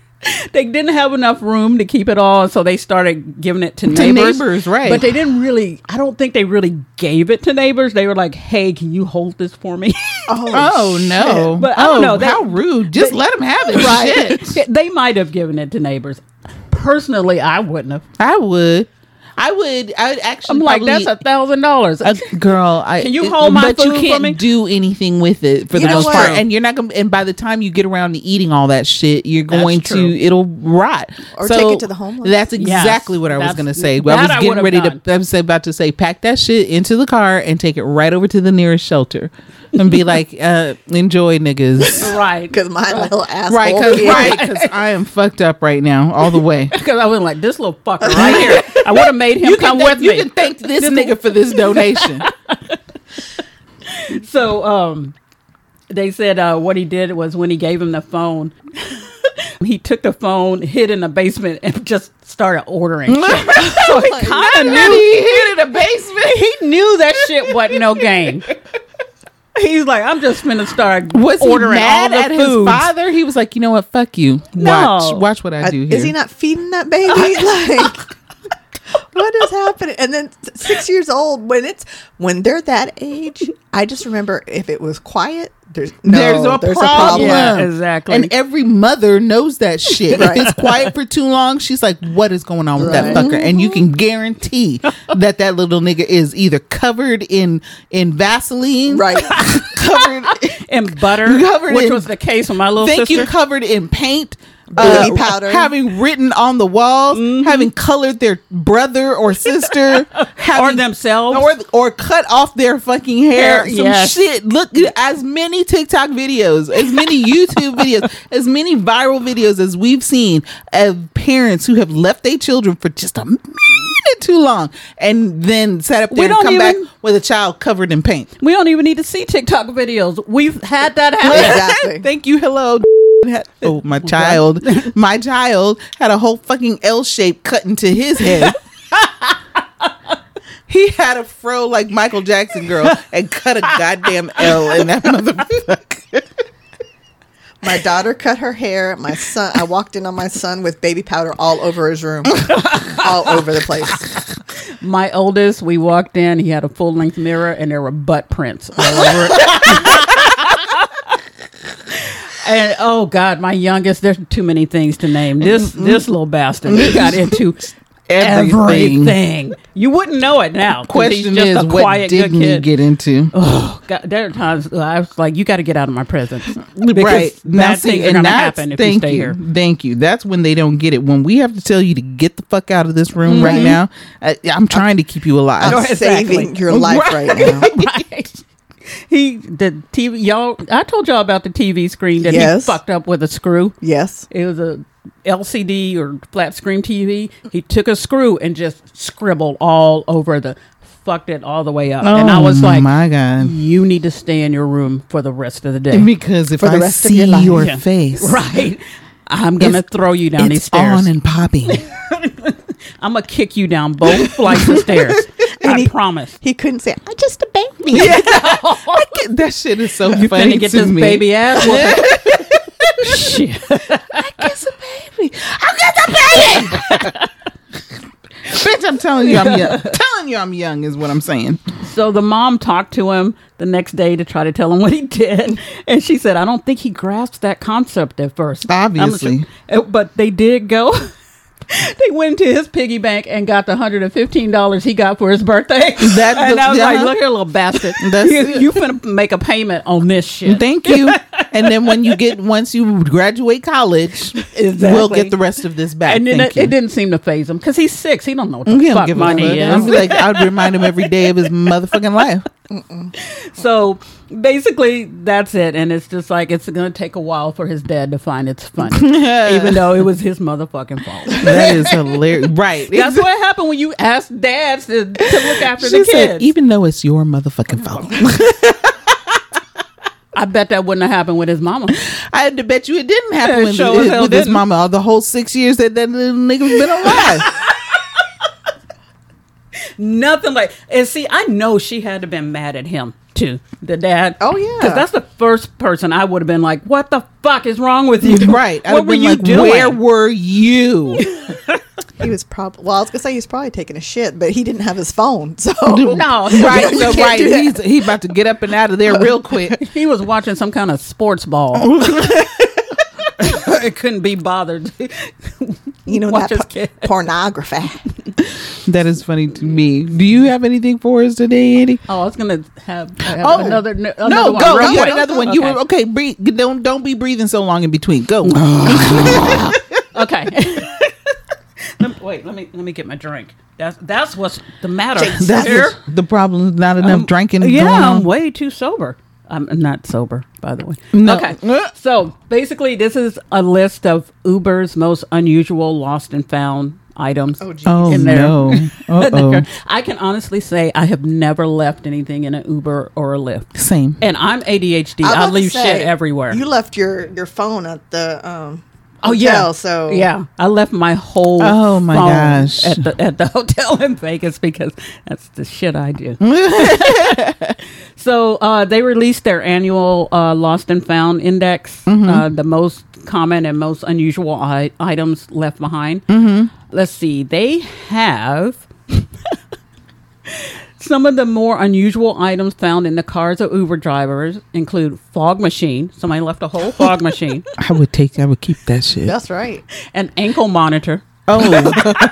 Speaker 2: they didn't have enough room to keep it all, so they started giving it to, neighbors.
Speaker 1: neighbors, right.
Speaker 2: But they didn't really. I don't think they really gave it to neighbors. They were like, "Hey, can you hold this for me?"
Speaker 1: oh no,
Speaker 2: But I
Speaker 1: oh
Speaker 2: don't know, they-
Speaker 1: how rude! Just
Speaker 2: they-
Speaker 1: let him have it, Shit.
Speaker 2: they might have given it to neighbors. Personally, I wouldn't have.
Speaker 1: I would, I would, I would actually.
Speaker 2: I'm like,
Speaker 1: probably-
Speaker 2: that's a thousand dollars.
Speaker 1: a girl. I,
Speaker 2: Can you hold my
Speaker 1: But you
Speaker 2: food for
Speaker 1: can't
Speaker 2: me?
Speaker 1: do anything with it for the
Speaker 4: You know
Speaker 1: most
Speaker 4: what?
Speaker 1: part, and you're not gonna. And by the time you get around to eating all that shit, you're going
Speaker 2: true.
Speaker 1: to it'll rot
Speaker 4: Or take it to the homeless.
Speaker 1: That's
Speaker 2: Yes,
Speaker 1: exactly what I was
Speaker 2: that's-
Speaker 1: gonna say. I
Speaker 2: that
Speaker 1: was
Speaker 2: I
Speaker 1: getting
Speaker 2: would've
Speaker 1: ready
Speaker 2: done.
Speaker 1: to. I was about to say, pack that shit into the car and take it right over to the nearest shelter, and be like, uh, enjoy, niggas.
Speaker 2: Right.
Speaker 4: Because my little asshole.
Speaker 1: Right, because
Speaker 4: kid-
Speaker 1: I am fucked up right now, all the way.
Speaker 2: Because I was like, this little fucker right here. I would have made him come
Speaker 1: thank-
Speaker 2: with
Speaker 1: you
Speaker 2: me.
Speaker 1: can thank this nigga for this donation.
Speaker 2: So um, they said uh, what he did was when he gave him the phone, he took the phone, hid in the basement, and just started ordering. shit. so he kind of knew
Speaker 1: he hid in the basement.
Speaker 2: he knew that shit wasn't no game. He's like, I'm just gonna start
Speaker 1: was
Speaker 2: ordering
Speaker 1: he mad
Speaker 2: all the
Speaker 1: at his
Speaker 2: foods.
Speaker 1: father? He was like, you know what? Fuck you. Watch,
Speaker 2: No.
Speaker 1: watch what I
Speaker 4: I-
Speaker 1: do here.
Speaker 4: Is he not feeding that baby? like, what is happening? And then s- six years old when it's when they're that age. I just remember if it was quiet, there's no,
Speaker 1: there's a problem.
Speaker 2: Yeah, exactly.
Speaker 1: And every mother knows that shit.
Speaker 4: Right.
Speaker 1: If it's quiet for too long, she's like, "What is going on with that
Speaker 4: Right.
Speaker 1: fucker?" And you can guarantee that that little nigga is either covered in in Vaseline,
Speaker 4: Right.
Speaker 1: covered.
Speaker 2: and butter,
Speaker 1: Covered
Speaker 2: which
Speaker 1: in-
Speaker 2: was the case with my little
Speaker 1: Thank
Speaker 2: sister.
Speaker 1: you, covered in paint. uh,
Speaker 4: Baby powder.
Speaker 1: having written on the walls, having colored their brother or sister, having
Speaker 2: Mm-hmm. or themselves.
Speaker 1: or or cut off their fucking hair.
Speaker 2: Hair,
Speaker 1: some
Speaker 2: yes.
Speaker 1: shit. Look as many TikTok videos, as many YouTube videos, as many viral videos as we've seen of parents who have left their children for just a minute too long and then sat up there
Speaker 2: We
Speaker 1: and
Speaker 2: don't
Speaker 1: come
Speaker 2: even-
Speaker 1: back with a child covered in paint.
Speaker 2: we don't even need to see TikTok videos. We've had that happen.
Speaker 4: exactly.
Speaker 1: Thank you. Hello. Oh, my child. My child had a whole fucking L shape cut into his head. he had a fro like Michael Jackson, girl, and cut a goddamn L in that motherfucker.
Speaker 4: My daughter cut her hair. My son. I walked in on my son with baby powder all over his room, all over the place.
Speaker 2: My oldest, we walked in, he had a full length mirror and there were butt prints all over it. and
Speaker 1: Mm-hmm.
Speaker 2: oh God, my youngest, there's too many things to name. This this little bastard he got into
Speaker 1: everything.
Speaker 2: everything. You wouldn't know it now. 'cause he's
Speaker 1: Question
Speaker 2: just
Speaker 1: is,
Speaker 2: a
Speaker 1: what
Speaker 2: quiet, good
Speaker 1: did he
Speaker 2: kid. Oh,
Speaker 1: get into?
Speaker 2: God, there are times I was like, "You got to get out of my presence."
Speaker 1: right
Speaker 2: Because
Speaker 1: now,
Speaker 2: bad
Speaker 1: see,
Speaker 2: things are
Speaker 1: and
Speaker 2: going to
Speaker 1: that's-
Speaker 2: happen if
Speaker 1: thank
Speaker 2: you stay here.
Speaker 1: Thank you. That's when they don't get it. When we have to tell you to get the fuck out of this room right now, I, I'm trying to keep you alive.
Speaker 4: I'm
Speaker 2: exactly.
Speaker 4: saving your life right, now.
Speaker 2: Right. He the TV y'all. I told y'all about the TV screen that he
Speaker 4: Yes.
Speaker 2: fucked up with a screw.
Speaker 4: Yes.
Speaker 2: It was a LCD or flat screen TV. He took a screw and just scribbled all over the fucked it all the way up. and I was like,
Speaker 1: Oh my god,
Speaker 2: you need to stay in your room for the rest of the day.
Speaker 1: because if
Speaker 4: For the
Speaker 1: I
Speaker 4: rest of
Speaker 1: see
Speaker 4: your
Speaker 1: your,
Speaker 4: life.
Speaker 2: Yeah.
Speaker 1: face,
Speaker 2: Right. I'm gonna
Speaker 1: It's-
Speaker 2: throw you down these
Speaker 1: it's
Speaker 2: stairs.
Speaker 1: on and popping.
Speaker 2: I'm gonna kick you down both flights of stairs. I promise.
Speaker 4: He couldn't say, I just a baby.
Speaker 1: I get- that shit is so
Speaker 2: You're
Speaker 1: funny
Speaker 2: gonna get
Speaker 1: to
Speaker 2: this
Speaker 1: me.
Speaker 2: baby ass. whooping. Shit.
Speaker 1: It's a baby. I got the baby. Bitch, I'm telling you, I'm young. telling you, I'm young is what I'm saying.
Speaker 2: So the mom talked to him the next day to try to tell him what he did, and she said, "I don't think he grasped that concept at first. I'm not sure."
Speaker 1: Obviously.
Speaker 2: Uh, but they did go. they went to his piggy bank and got the hundred and fifteen dollars he got for his birthday.
Speaker 1: That-
Speaker 2: and I was like,
Speaker 1: uh-huh.
Speaker 2: "Look here, little bastard!
Speaker 1: That's
Speaker 2: you,
Speaker 1: it.
Speaker 2: you finna make a payment on this shit."
Speaker 1: Thank you. and then when you get once you graduate college, we'll
Speaker 2: Exactly.
Speaker 1: get the rest of this back.
Speaker 2: and then
Speaker 1: Thank
Speaker 2: it,
Speaker 1: you.
Speaker 2: it didn't seem to phase him because he's six. He don't know what the
Speaker 1: He don't
Speaker 2: fuck
Speaker 1: give a
Speaker 2: money
Speaker 1: fuck.
Speaker 2: is.
Speaker 1: I'd be like, I'd remind him every day of his motherfucking life.
Speaker 2: So basically, that's it. And it's just like it's going to take a while for his dad to find it's funny, even though it was his motherfucking fault.
Speaker 1: That is hilarious. Right.
Speaker 2: That's what happened when you ask dads to, to look after
Speaker 1: she
Speaker 2: the
Speaker 1: said,
Speaker 2: kids.
Speaker 1: even though it's your motherfucking fault.
Speaker 2: I bet that wouldn't have happened with his mama.
Speaker 1: I had to bet you it didn't happen
Speaker 2: Yeah,
Speaker 1: with,
Speaker 2: sure as hell
Speaker 1: with his
Speaker 2: didn't.
Speaker 1: mama all the whole six years that that little nigga's been alive.
Speaker 2: Nothing like. And see, I know she had to been mad at him too. The dad.
Speaker 4: Oh, yeah.
Speaker 2: because that's the first person I would have been like, "What the fuck is wrong with you?
Speaker 1: right. I would've
Speaker 2: What were
Speaker 1: been
Speaker 2: you
Speaker 1: like,
Speaker 2: doing?
Speaker 1: Where were you?
Speaker 4: He was probably, well, I was going to say he was probably taking a shit, but he didn't have his phone. So,
Speaker 2: no,
Speaker 1: Oh, right.
Speaker 4: You
Speaker 1: So
Speaker 4: can't
Speaker 1: right.
Speaker 4: do that.
Speaker 1: He's he about to get up and out of there real quick.
Speaker 2: He was watching some kind of sports ball.
Speaker 1: Oh,
Speaker 2: it couldn't be bothered.
Speaker 4: you know,
Speaker 2: Watch
Speaker 4: that
Speaker 2: his kid.
Speaker 4: po- pornography.
Speaker 1: That is funny to me. Do you have anything for us today, Eddie?
Speaker 2: Oh, I was gonna have, I have
Speaker 1: Oh.
Speaker 2: another, n- another
Speaker 1: No,
Speaker 2: one
Speaker 1: go.
Speaker 2: real
Speaker 1: You had
Speaker 2: quick.
Speaker 1: another one. You
Speaker 2: Okay.
Speaker 1: were okay. Breathe. Don't don't be breathing so long in between. Go.
Speaker 2: okay. Lem- Wait, let me let me get my drink. That's that's what's the matter
Speaker 1: That's
Speaker 2: here.
Speaker 1: the problem. is Not enough drinking.
Speaker 2: Yeah,
Speaker 1: going on.
Speaker 2: I'm way too sober. I'm not sober, by the way.
Speaker 1: No.
Speaker 2: Okay. So basically, this is a list of Uber's most unusual lost and found items. Oh,
Speaker 4: geez.
Speaker 1: Oh no. Uh-oh.
Speaker 2: I can honestly say I have never left anything in an Uber or a Lyft.
Speaker 1: Same.
Speaker 2: And I'm ADHD.
Speaker 4: I'm about
Speaker 2: I
Speaker 4: to
Speaker 2: leave shit
Speaker 4: say,
Speaker 2: everywhere.
Speaker 4: You left your, your phone at the, um,
Speaker 2: oh yeah.
Speaker 4: hotel, So,
Speaker 2: yeah, I left my whole
Speaker 1: Oh, my
Speaker 2: phone
Speaker 1: gosh.
Speaker 2: at the at the hotel in Vegas because that's the shit I do. So uh, they released their annual uh, Lost and Found Index,
Speaker 1: Mm-hmm.
Speaker 2: uh, the most common and most unusual I- items left behind.
Speaker 1: Mm-hmm.
Speaker 2: Let's see, they have some of the more unusual items found in the cars of Uber drivers include fog machine. Somebody left a whole fog machine,
Speaker 1: I would take. I would keep that shit.
Speaker 4: That's right.
Speaker 2: an ankle monitor.
Speaker 1: Oh,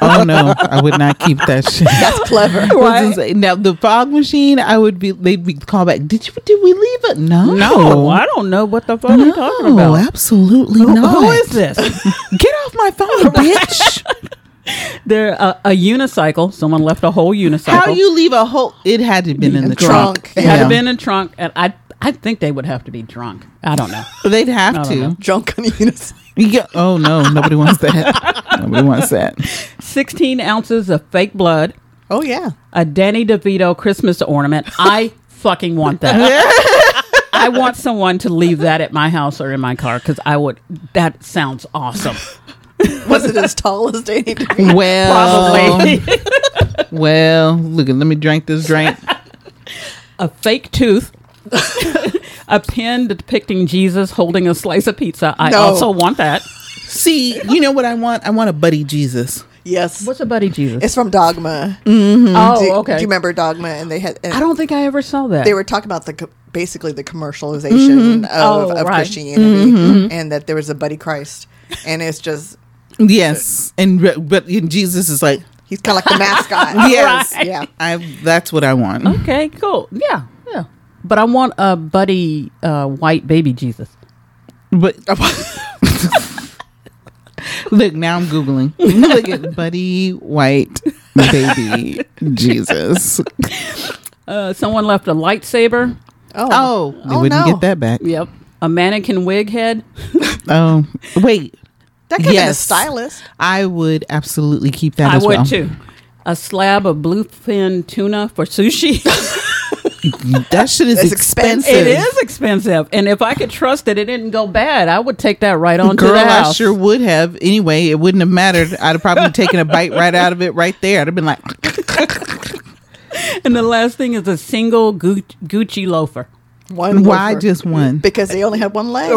Speaker 1: oh no! I would not keep that shit.
Speaker 4: That's clever.
Speaker 1: What's insane- Now the fog machine, I would be. They'd be called back. Did you? Did we leave it? No.
Speaker 2: Oh, I don't know what the fuck you're talking
Speaker 1: No,
Speaker 2: about.
Speaker 1: absolutely not.
Speaker 2: Who is this?
Speaker 1: Get off my phone, bitch!
Speaker 2: there uh, a unicycle. Someone left a whole unicycle.
Speaker 1: How you leave a whole? It had to have been in the trunk.
Speaker 4: Drunk. It
Speaker 2: It had
Speaker 1: Yeah.
Speaker 2: to been in trunk, and I I think they would have to be drunk. I don't know.
Speaker 1: They'd
Speaker 2: I
Speaker 1: have
Speaker 2: don't know.
Speaker 1: to.
Speaker 4: Drunk on a unicycle.
Speaker 1: Yeah. Oh no, nobody wants that. nobody wants that.
Speaker 2: Sixteen ounces of fake blood,
Speaker 4: Oh, yeah.
Speaker 2: a Danny DeVito Christmas ornament. I fucking want that. I want someone to leave that at my house or in my car because I would. That sounds awesome.
Speaker 4: Was it as tall as Danny DeVito?
Speaker 1: Well,
Speaker 2: Probably
Speaker 1: well. Look, let me drink this drink.
Speaker 2: a fake tooth. a pin depicting Jesus holding a slice of pizza. I
Speaker 4: No.
Speaker 2: also want that.
Speaker 1: See, you know what I want? I want a buddy Jesus.
Speaker 4: Yes.
Speaker 2: What's a buddy Jesus?
Speaker 4: It's from Dogma. Do-
Speaker 2: Mm-hmm. oh, okay.
Speaker 4: Do you remember Dogma? And they had. and
Speaker 2: I don't think I ever saw that.
Speaker 4: They were talking about the co- basically the commercialization of,
Speaker 2: Oh,
Speaker 4: of
Speaker 2: right. Mm-hmm.
Speaker 4: Christianity, and that there was a buddy Christ, and it's just
Speaker 1: Yes, and re- but Jesus is like,
Speaker 4: He's kind of like the mascot.
Speaker 1: Yes.
Speaker 2: Right.
Speaker 4: Yeah.
Speaker 1: I that's what I want.
Speaker 2: Okay, cool. Yeah, yeah. But I want a buddy uh, white baby Jesus.
Speaker 1: But look, now I'm googling. look at Buddy White baby Jesus.
Speaker 2: Uh, someone left a lightsaber.
Speaker 1: Oh, they wouldn't
Speaker 4: no.
Speaker 1: get that back.
Speaker 2: Yep. A mannequin wig head.
Speaker 1: Oh, wait.
Speaker 4: That could have been a
Speaker 1: Yes.
Speaker 4: stylist.
Speaker 1: I would absolutely keep that
Speaker 2: I
Speaker 1: as
Speaker 2: would
Speaker 1: well.
Speaker 2: too. A slab of bluefin tuna for sushi.
Speaker 1: That shit is
Speaker 4: It's
Speaker 1: expensive.
Speaker 4: expensive.
Speaker 2: it is expensive, and if I could trust that it didn't go bad, I would take that right on to
Speaker 1: Girl,
Speaker 2: the
Speaker 1: I
Speaker 2: house.
Speaker 1: sure would have. Anyway, it wouldn't have mattered. I'd have probably taken a bite right out of it right there. I'd have been like,
Speaker 2: And the last thing is a single Gu- Gucci loafer.
Speaker 4: One
Speaker 1: why
Speaker 4: loafer.
Speaker 1: just one?
Speaker 4: Because they only had one leg.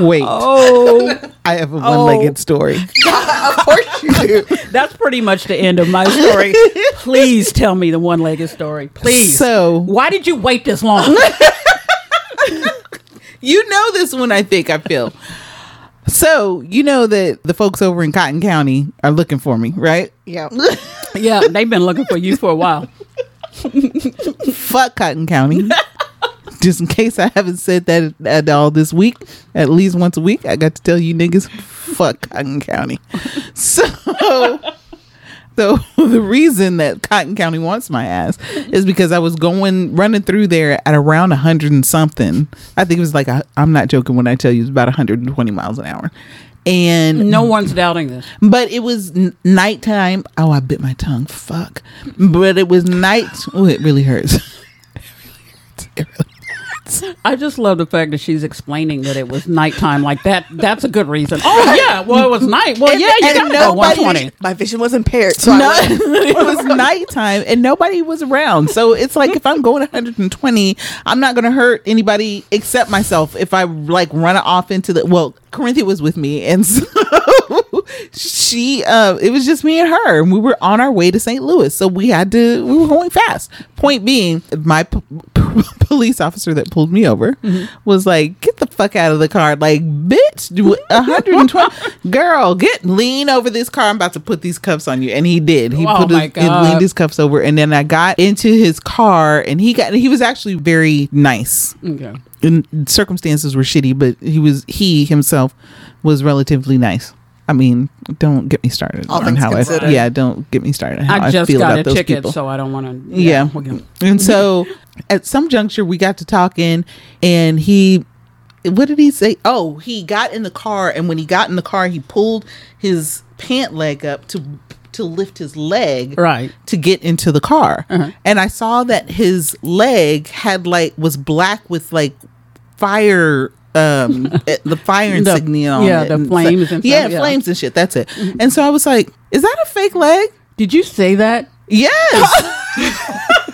Speaker 1: Wait,
Speaker 2: Oh,
Speaker 1: I have a one legged story.
Speaker 4: of course you do.
Speaker 2: that's pretty much the end of my story. Please tell me the one-legged story. Please.
Speaker 1: So-
Speaker 2: why did you wait this long?
Speaker 1: You know this one, I think, I feel. So, you know that the folks over in Cotton County are looking for me, right?
Speaker 4: Yeah.
Speaker 2: yeah, they've been looking for you for a while.
Speaker 1: Fuck Cotton County. Just in case I haven't said that at all this week, at least once a week, I got to tell you niggas, fuck Cotton County. So, so the reason that Cotton County wants my ass is because I was going running through there at around 100 and something. I think it was like, i I'm not joking when I tell you it's about 120 miles an hour. And
Speaker 2: No one's doubting this.
Speaker 1: But it was n- nighttime. Oh, I bit my tongue. Fuck. But it was night. Oh, it really hurts.
Speaker 2: I just love the fact that she's explaining that it was nighttime like that. That's a good reason. Oh yeah, well it was night. Well yeah, you got
Speaker 1: and
Speaker 2: to go
Speaker 1: nobody-
Speaker 2: 120.
Speaker 4: My vision was impaired. So
Speaker 1: No,
Speaker 4: I went,
Speaker 1: it was nighttime and nobody was around. So it's like if I'm going 120, I'm not going to hurt anybody except myself if I like run off into the. Well, Corinthia was with me, and so she. Uh, it was just me and her, and we were on our way to St. Louis, so we had to. We were going fast. Point being, my p- p- police officer that pulled me over
Speaker 2: Mm-hmm.
Speaker 1: was like, "Get the fuck out of the car!" Like, bitch, do 120, girl, get lean over this car. I'm about to put these cuffs on you, and he did. He
Speaker 2: Oh
Speaker 1: put
Speaker 2: my
Speaker 1: his, he leaned
Speaker 2: God.
Speaker 1: his cuffs over, and then I got into his car, and he got. He was actually very nice.
Speaker 2: Okay.
Speaker 1: And circumstances were shitty, but he was he himself was relatively nice. I mean, don't get me started
Speaker 4: All
Speaker 1: on
Speaker 4: things
Speaker 1: how I
Speaker 4: considered.
Speaker 1: yeah, don't get me started. on How I,
Speaker 2: I just
Speaker 1: feel
Speaker 2: got
Speaker 1: about
Speaker 2: a
Speaker 1: those
Speaker 2: ticket,
Speaker 1: people.
Speaker 2: so I don't want to.
Speaker 1: Yeah.
Speaker 2: we're gonna-
Speaker 1: And so at some juncture we got to talking and he what did he say? Oh, he got in the car and when he got in the car he pulled his pant leg up to to lift his leg
Speaker 2: Right.
Speaker 1: to get into the car.
Speaker 2: Uh-huh.
Speaker 1: And I saw that his leg had like was black with like fire um eh, the fire
Speaker 2: The-
Speaker 1: insignia on
Speaker 2: yeah,
Speaker 1: it
Speaker 2: the
Speaker 1: and it's
Speaker 2: flames
Speaker 1: like,
Speaker 2: and
Speaker 1: yeah
Speaker 2: stuff, yeah. Mm-hmm.
Speaker 1: flames and shit that's it and so i was like is that a fake leg
Speaker 2: Did you say that?
Speaker 1: Yes.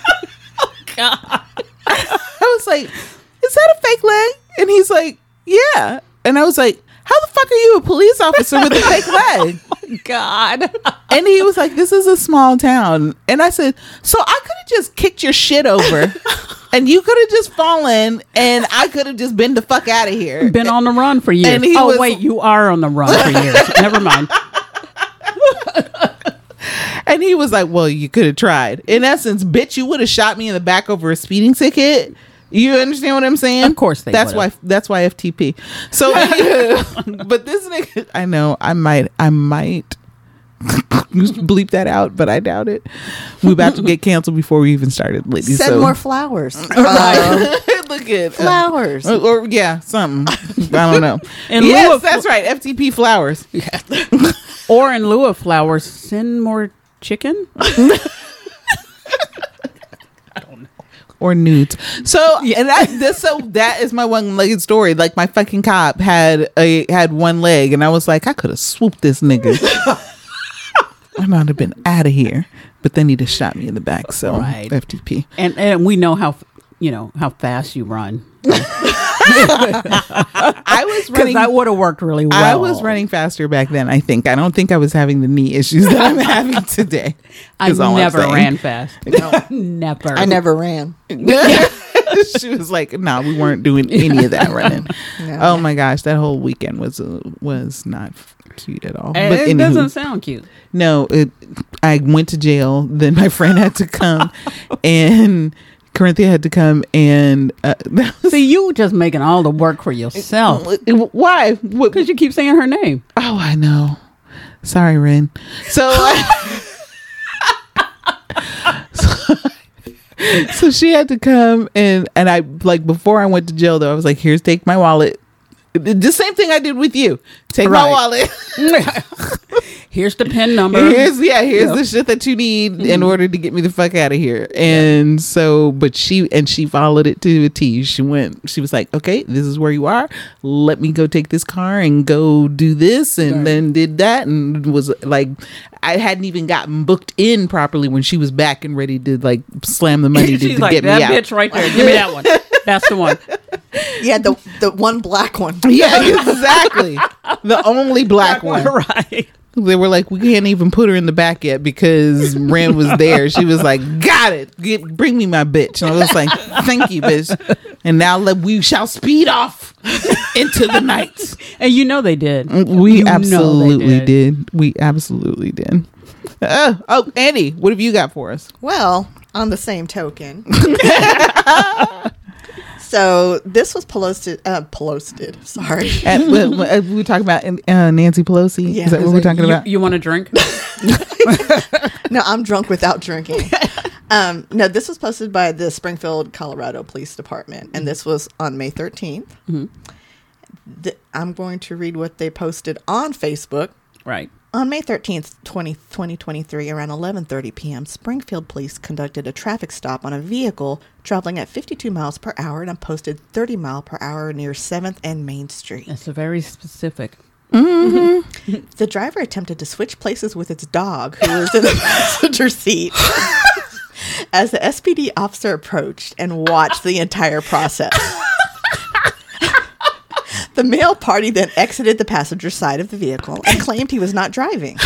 Speaker 1: I was like, is that a fake leg? And he's like, yeah. And I was like, how the fuck are you a police officer with a fake leg?
Speaker 2: God.
Speaker 1: And he was like, this is a small town. And I said, so I could have just kicked your shit over and you could have just fallen and I could have just been the fuck out of here.
Speaker 2: Been on the run for years.
Speaker 1: And he
Speaker 2: oh
Speaker 1: was-
Speaker 2: wait, you are on the run for years. Never mind.
Speaker 1: And he was like, Well, you could have tried. In essence, bitch, you would have shot me in the back over a speeding ticket. You understand what I'm saying?
Speaker 2: Of course they
Speaker 1: That's
Speaker 2: would've.
Speaker 1: why that's why FTP. So but this nigga I know, I might I might bleep that out, but I doubt it. We about to get canceled before we even started, ladies.
Speaker 4: Send
Speaker 1: so
Speaker 4: more flowers. Uh,
Speaker 1: look at uh,
Speaker 4: flowers.
Speaker 1: Or, or- yeah, something. I don't know.
Speaker 2: In lieu
Speaker 1: yes,
Speaker 2: of-
Speaker 1: that's right. FTP flowers.
Speaker 2: Or in lieu of flowers, send more chicken.
Speaker 1: or nudes. So and that this so that is my one legged story. Like my fucking cop had a had one leg, and I was like, I could have swooped this nigga. I might have been out of here, but then he just shot me in the back. So
Speaker 2: Right.
Speaker 1: FTP.
Speaker 2: And and we know how f- you know how fast you run.
Speaker 1: I was
Speaker 2: Because
Speaker 1: running.
Speaker 2: that would have worked really well.
Speaker 1: I was running faster back then. I think. I don't think I was having the knee issues that I'm having today.
Speaker 2: I
Speaker 1: is all I'm
Speaker 2: never
Speaker 1: saying.
Speaker 2: ran fast.
Speaker 4: No,
Speaker 2: Never.
Speaker 4: I never ran.
Speaker 1: she was like, "No, nah, we weren't doing any of that running."
Speaker 4: No.
Speaker 1: Oh my gosh, that whole weekend was uh, was not cute at all.
Speaker 2: And
Speaker 1: but
Speaker 2: it
Speaker 1: anywho.
Speaker 2: doesn't sound cute.
Speaker 1: No, it, I went to jail. Then my friend had to come, and Corinthia had to come, and uh, that was-
Speaker 2: See, you just making all the work for yourself
Speaker 1: why? What-
Speaker 2: because you keep saying her name.
Speaker 1: oh, I know. Sorry, Ren. So, so, so she had to come, and and I like before I went to jail though. I was like, "Here's take my wallet." The the same thing I did with you. Take my
Speaker 2: Right.
Speaker 1: wallet.
Speaker 2: Here's the pin number.
Speaker 1: here's yeah here's the shit that you need in
Speaker 2: Mm-hmm.
Speaker 1: order to get me the fuck out of here and so but she and she followed it to a t she went she was like okay this is where you are let me go take this car and go do this and then did that and was like i hadn't even gotten booked in properly when she was back and ready to like slam the money to,
Speaker 2: She's
Speaker 1: to
Speaker 2: like
Speaker 1: get me
Speaker 2: that
Speaker 1: out
Speaker 2: bitch right there. Give me that one. That's the one.
Speaker 4: Yeah, the the one black one.
Speaker 1: yeah exactly the only black one
Speaker 2: right.
Speaker 1: They were like, we can't even put her in the back yet because Rand was there. She was like, got it. Get, bring me my bitch. And I was like, thank you, bitch. And now let, we shall speed off into the night.
Speaker 2: And you know they did.
Speaker 1: Mm, We
Speaker 2: You know they
Speaker 1: absolutely did. We absolutely did. Uh, oh, Andy, what have you got for us?
Speaker 4: Well, on the same token. so this was posted. Uh, posted. Sorry.
Speaker 1: At, we, we were talking about uh, Nancy Pelosi.
Speaker 4: Yeah,
Speaker 1: Is that what
Speaker 4: is
Speaker 1: we're
Speaker 4: it-
Speaker 1: talking
Speaker 2: You-
Speaker 1: about?
Speaker 2: You, want a drink?
Speaker 4: No, I'm drunk without drinking. um, no, this was posted by the Springfield, Colorado Police Department, and this was on May 13th. Th- I'm going to read what they posted on Facebook.
Speaker 2: right.
Speaker 4: On May 13th, 20, 2023, around 11:30 p.m., Springfield police conducted a traffic stop on a vehicle traveling at 52 miles per hour and posted 30 mile per hour near 7th and Main Street.
Speaker 2: That's a very specific.
Speaker 4: The driver attempted to switch places with its dog, who was in the passenger seat. As the SPD officer approached and watched the entire process, the male party then exited the passenger side of the vehicle and claimed he was not driving.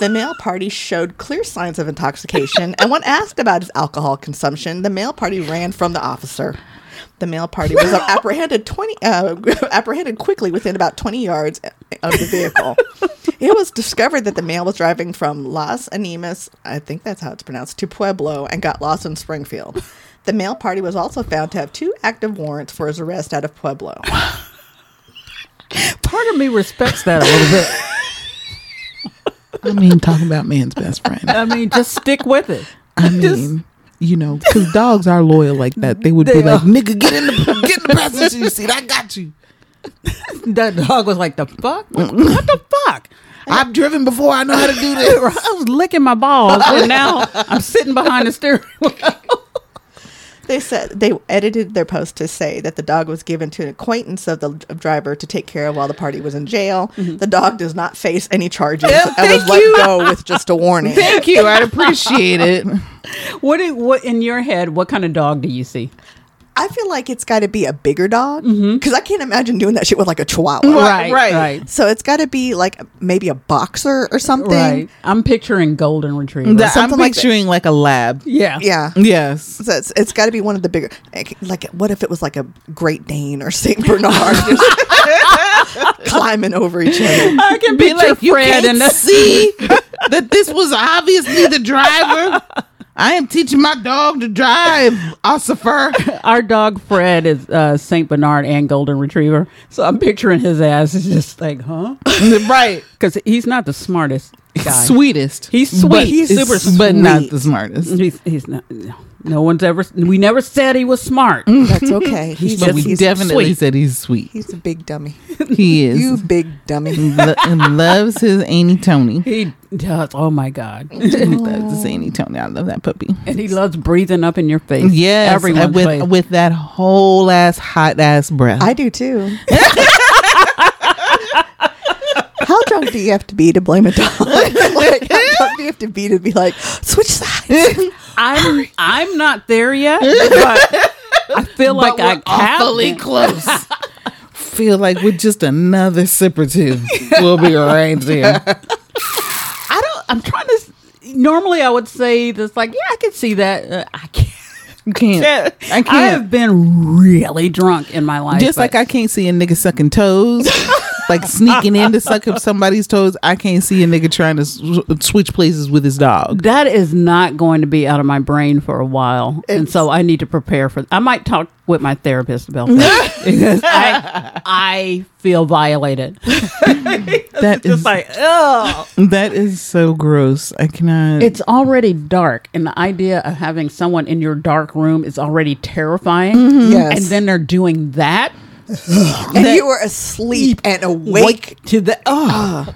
Speaker 4: The male party showed clear signs of intoxication, and when asked about his alcohol consumption, the male party ran from the officer. The male party was apprehended twenty uh, apprehended quickly within about twenty yards uh, of the vehicle. it was discovered that the male was driving from Las Animas, I think that's how it's pronounced, to Pueblo, and got lost in Springfield. The male party was also found to have two active warrants for his arrest out of Pueblo.
Speaker 2: Part of me respects that a little bit.
Speaker 1: I mean, talking about man's best friend.
Speaker 2: I mean, just stick with it.
Speaker 1: I mean, you know, because dogs are loyal like that. They would be
Speaker 2: They
Speaker 1: like,
Speaker 2: are.
Speaker 1: "Nigga, get in the get in the passenger seat. I got you.
Speaker 2: That dog was like, the fuck? What the fuck?
Speaker 1: I've driven before. I know how to Mm. do
Speaker 2: I
Speaker 1: this."
Speaker 2: was licking my balls, and now I'm sitting behind the steering wheel.
Speaker 4: They said they edited their post to say that the dog was given to an acquaintance of the of driver to take care of while the party was in jail. The dog does not face any charges and was
Speaker 1: Mm-hmm. thank
Speaker 4: let
Speaker 1: you.
Speaker 4: go with just a warning.
Speaker 1: Thank you. I'd appreciate it.
Speaker 2: What, do- what in your head? What kind of dog do you see?
Speaker 4: I feel like it's got to be a bigger dog because
Speaker 1: Mm-hmm.
Speaker 4: I can't imagine doing that shit with like a chihuahua.
Speaker 1: Right, right.
Speaker 4: So it's got to be like maybe a boxer or something.
Speaker 2: Right. I'm picturing golden retriever.
Speaker 1: That- I'm
Speaker 4: Something like that.
Speaker 1: picturing like, a lab.
Speaker 2: yeah.
Speaker 4: Yeah.
Speaker 1: Yes.
Speaker 4: So it's, it's got to be one of the bigger, like, like, what if it was like a Great Dane or Saint Bernard just climbing over each other?
Speaker 2: I can be like
Speaker 1: you
Speaker 2: Fred
Speaker 1: can't
Speaker 2: and the
Speaker 1: see that this was obviously the driver. I am teaching my dog to drive, Ossifer.
Speaker 2: Our dog Fred is uh, Saint Bernard and Golden Retriever, so I'm picturing his ass is just like, huh?
Speaker 1: right.
Speaker 2: Because he's not the smartest guy.
Speaker 1: Sweetest.
Speaker 2: He's
Speaker 1: But
Speaker 2: sweet. He's
Speaker 1: it's-
Speaker 2: super
Speaker 1: But not
Speaker 4: sweet.
Speaker 1: the smartest.
Speaker 2: He's, he's not. No, no one's ever. We never said he was smart.
Speaker 1: Mm.
Speaker 4: That's okay. He's,
Speaker 1: But we
Speaker 4: he's,
Speaker 1: definitely
Speaker 2: sweet.
Speaker 1: said he's sweet.
Speaker 4: he's a big dummy.
Speaker 1: He is.
Speaker 4: You big dummy.
Speaker 1: Lo- and loves his Auntie Tony.
Speaker 2: He does. Oh my god!
Speaker 1: loves his Auntie Tony. I love that puppy.
Speaker 2: And he loves breathing up in your face.
Speaker 1: Yes,
Speaker 2: everyone
Speaker 1: and with with that whole ass hot ass breath.
Speaker 4: I do too. How drunk do you have to be to blame a dog? like, how drunk do you have to be to be like, switch sides?
Speaker 2: I'm I'm not there yet, but I feel like I have
Speaker 1: awfully
Speaker 2: been.
Speaker 1: close. Feel like with just another sip or two, we'll be right there.
Speaker 2: I don't. I'm trying to. s- Normally, I would say this like, yeah, I can see that. Uh, I can't.
Speaker 1: You can't. I can't.
Speaker 2: I have been really drunk in my life.
Speaker 1: Just like I can't see a nigga sucking toes, like sneaking in to suck up somebody's toes. I can't see a nigga trying to s- switch places with his dog.
Speaker 2: that is not going to be out of my brain for a while, and so I need to prepare for. I might talk with my therapist about that because I, I feel violated.
Speaker 1: That is
Speaker 2: Like, oh,
Speaker 1: that is so gross. I cannot.
Speaker 2: it's already dark, and the idea of having someone in your dark room is already terrifying.
Speaker 4: Yes.
Speaker 2: and then they're doing that.
Speaker 4: and you were asleep and awake
Speaker 2: to the oh,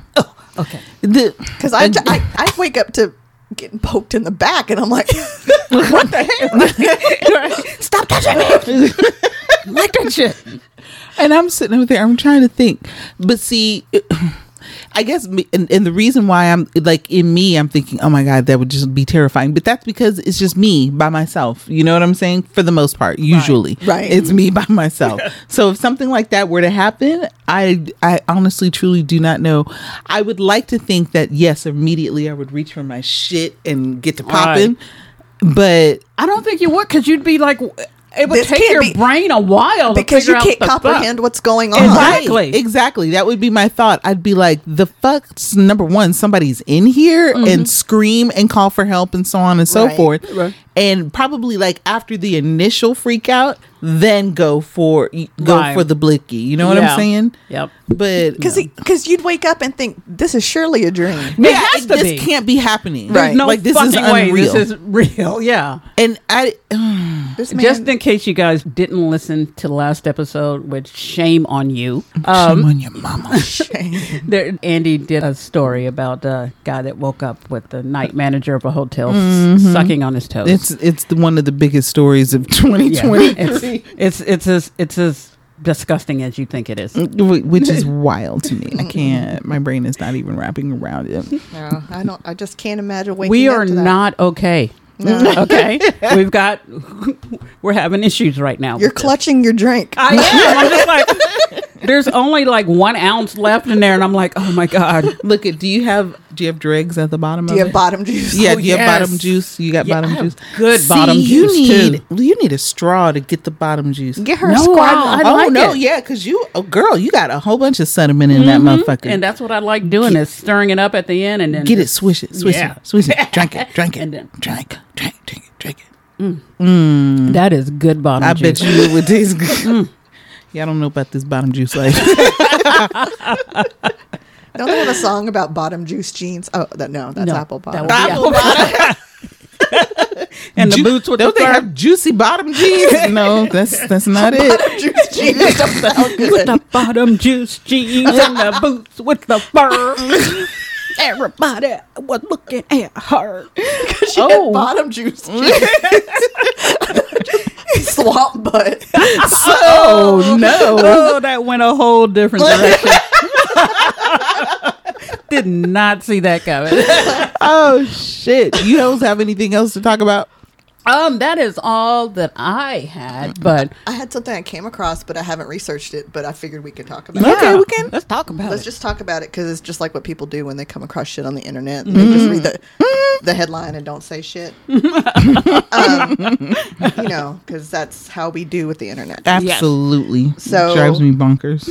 Speaker 1: the,
Speaker 4: because I, I I wake up to getting poked in the back, and I'm like, what the hell?
Speaker 2: stop touching me. like that shit.
Speaker 1: and I'm sitting over there. I'm trying to think, but see, I guess, me- and, and the reason why I'm like in me, I'm thinking, oh my god, that would just be terrifying. But that's because it's just me by myself. You know what I'm saying? For the most part, usually,
Speaker 4: Right.
Speaker 1: It's me by myself. So if something like that were to happen, I, I honestly, truly do not know. I would like to think that yes, immediately I would reach for my shit and get to popping, but.
Speaker 2: I don't think you would because you'd be like, it would
Speaker 4: This
Speaker 2: take
Speaker 4: can't
Speaker 2: your
Speaker 4: be-
Speaker 2: brain a while to
Speaker 4: because you
Speaker 2: figure out
Speaker 4: can't
Speaker 2: the fuck.
Speaker 4: comprehend what's going on.
Speaker 2: Exactly.
Speaker 1: Right, exactly. That would be my thought. I'd be like, the fuck's number one, somebody's in here and scream and call for help and so on and so
Speaker 4: Right.
Speaker 1: forth.
Speaker 2: Mm-hmm. Right.
Speaker 1: And probably like after the initial freak out, then go for go
Speaker 2: Right.
Speaker 1: for the blicky. You know what
Speaker 2: Yeah.
Speaker 1: I'm saying?
Speaker 2: Yep.
Speaker 1: But
Speaker 4: Because you'd wake up and think this is surely a dream.
Speaker 1: yeah,
Speaker 2: has to
Speaker 1: this
Speaker 2: be.
Speaker 1: can't be happening.
Speaker 4: There's Right.
Speaker 2: No
Speaker 1: Like this
Speaker 2: fucking
Speaker 1: is
Speaker 2: way.
Speaker 1: unreal.
Speaker 2: This is real. Yeah.
Speaker 1: and I oh,
Speaker 4: This man,
Speaker 2: Just in case you guys didn't listen to the last episode, which shame on you. Um,
Speaker 1: shame on your mama.
Speaker 2: there, Andy did a story about a guy that woke up with the night manager of a hotel s- sucking on his toes.
Speaker 1: it's it's the, one of the biggest stories of
Speaker 2: Yeah.
Speaker 1: 2020,
Speaker 2: it's it's it's as it's as disgusting as you think it is.
Speaker 1: wh- which is wild to me. I can't. My brain is not even wrapping around it.
Speaker 4: No, I don't. I just can't imagine waking.
Speaker 2: we
Speaker 4: up
Speaker 2: are
Speaker 4: to that.
Speaker 2: not okay. okay, we've got we're having issues right now.
Speaker 4: You're
Speaker 2: with this.
Speaker 4: clutching your drink.
Speaker 2: I am. I'm just like, there's only like one ounce left in there, and I'm like, oh my god.
Speaker 1: Look at. Do you have do you have dregs at the bottom
Speaker 4: Do
Speaker 1: of
Speaker 4: you have
Speaker 1: it?
Speaker 4: bottom juice?
Speaker 1: yeah,
Speaker 2: Oh,
Speaker 1: do you
Speaker 2: yes.
Speaker 1: have bottom juice? You got
Speaker 2: Yeah, I
Speaker 1: bottom
Speaker 2: have
Speaker 1: juice.
Speaker 2: good bottom
Speaker 1: you
Speaker 2: juice,
Speaker 1: need, You need a straw to get the bottom juice.
Speaker 4: Get her
Speaker 2: No,
Speaker 4: a
Speaker 2: I'll-
Speaker 4: squad.
Speaker 2: I
Speaker 1: oh
Speaker 2: like
Speaker 1: no,
Speaker 2: it.
Speaker 1: yeah, because you, oh girl, you got a whole bunch of sediment in that motherfucker.
Speaker 2: And that's what I like doing is stirring it up at the end and then
Speaker 1: get it, swish it, swish
Speaker 2: Yeah.
Speaker 1: it, swish it, drink it, drink it,
Speaker 2: And then-
Speaker 1: drink, drink, drink it, drink it.
Speaker 2: That is good bottom.
Speaker 1: I
Speaker 2: juice.
Speaker 1: bet you it would taste good. Mm. yeah, I don't know about this bottom juice life.
Speaker 4: Don't they have a song about bottom juice jeans? Oh, that, no, that's
Speaker 2: No,
Speaker 4: apple
Speaker 2: that
Speaker 4: bottom.
Speaker 2: would- Apple and the
Speaker 1: Ju-
Speaker 2: boots with
Speaker 1: don't
Speaker 2: the
Speaker 1: they
Speaker 2: fur.
Speaker 1: have juicy bottom jeans? no, that's that's not it.
Speaker 4: bottom juice jeans don't sound
Speaker 2: with
Speaker 4: good.
Speaker 2: the bottom juice jeans and the boots with the fur. Everybody was looking at her.
Speaker 4: She had
Speaker 2: Oh.
Speaker 4: bottom juice
Speaker 2: Mm.
Speaker 4: jeans. Swamp butt.
Speaker 1: Oh no.
Speaker 2: Oh, that went a whole different direction. Did not see that coming.
Speaker 1: Oh shit! You hoes have anything else to talk about?
Speaker 2: Um, that is all that I had, but
Speaker 4: I had something I came across, but I haven't researched it. But I figured we could talk about it.
Speaker 1: Okay, we can.
Speaker 2: let's talk about
Speaker 4: Let's
Speaker 2: it.
Speaker 4: just talk about it because it's just like what people do when they come across shit on the internet. They just read the, the headline and don't say shit. um, you know, because that's how we do with the internet.
Speaker 1: Absolutely.
Speaker 4: So-
Speaker 1: drives me bonkers.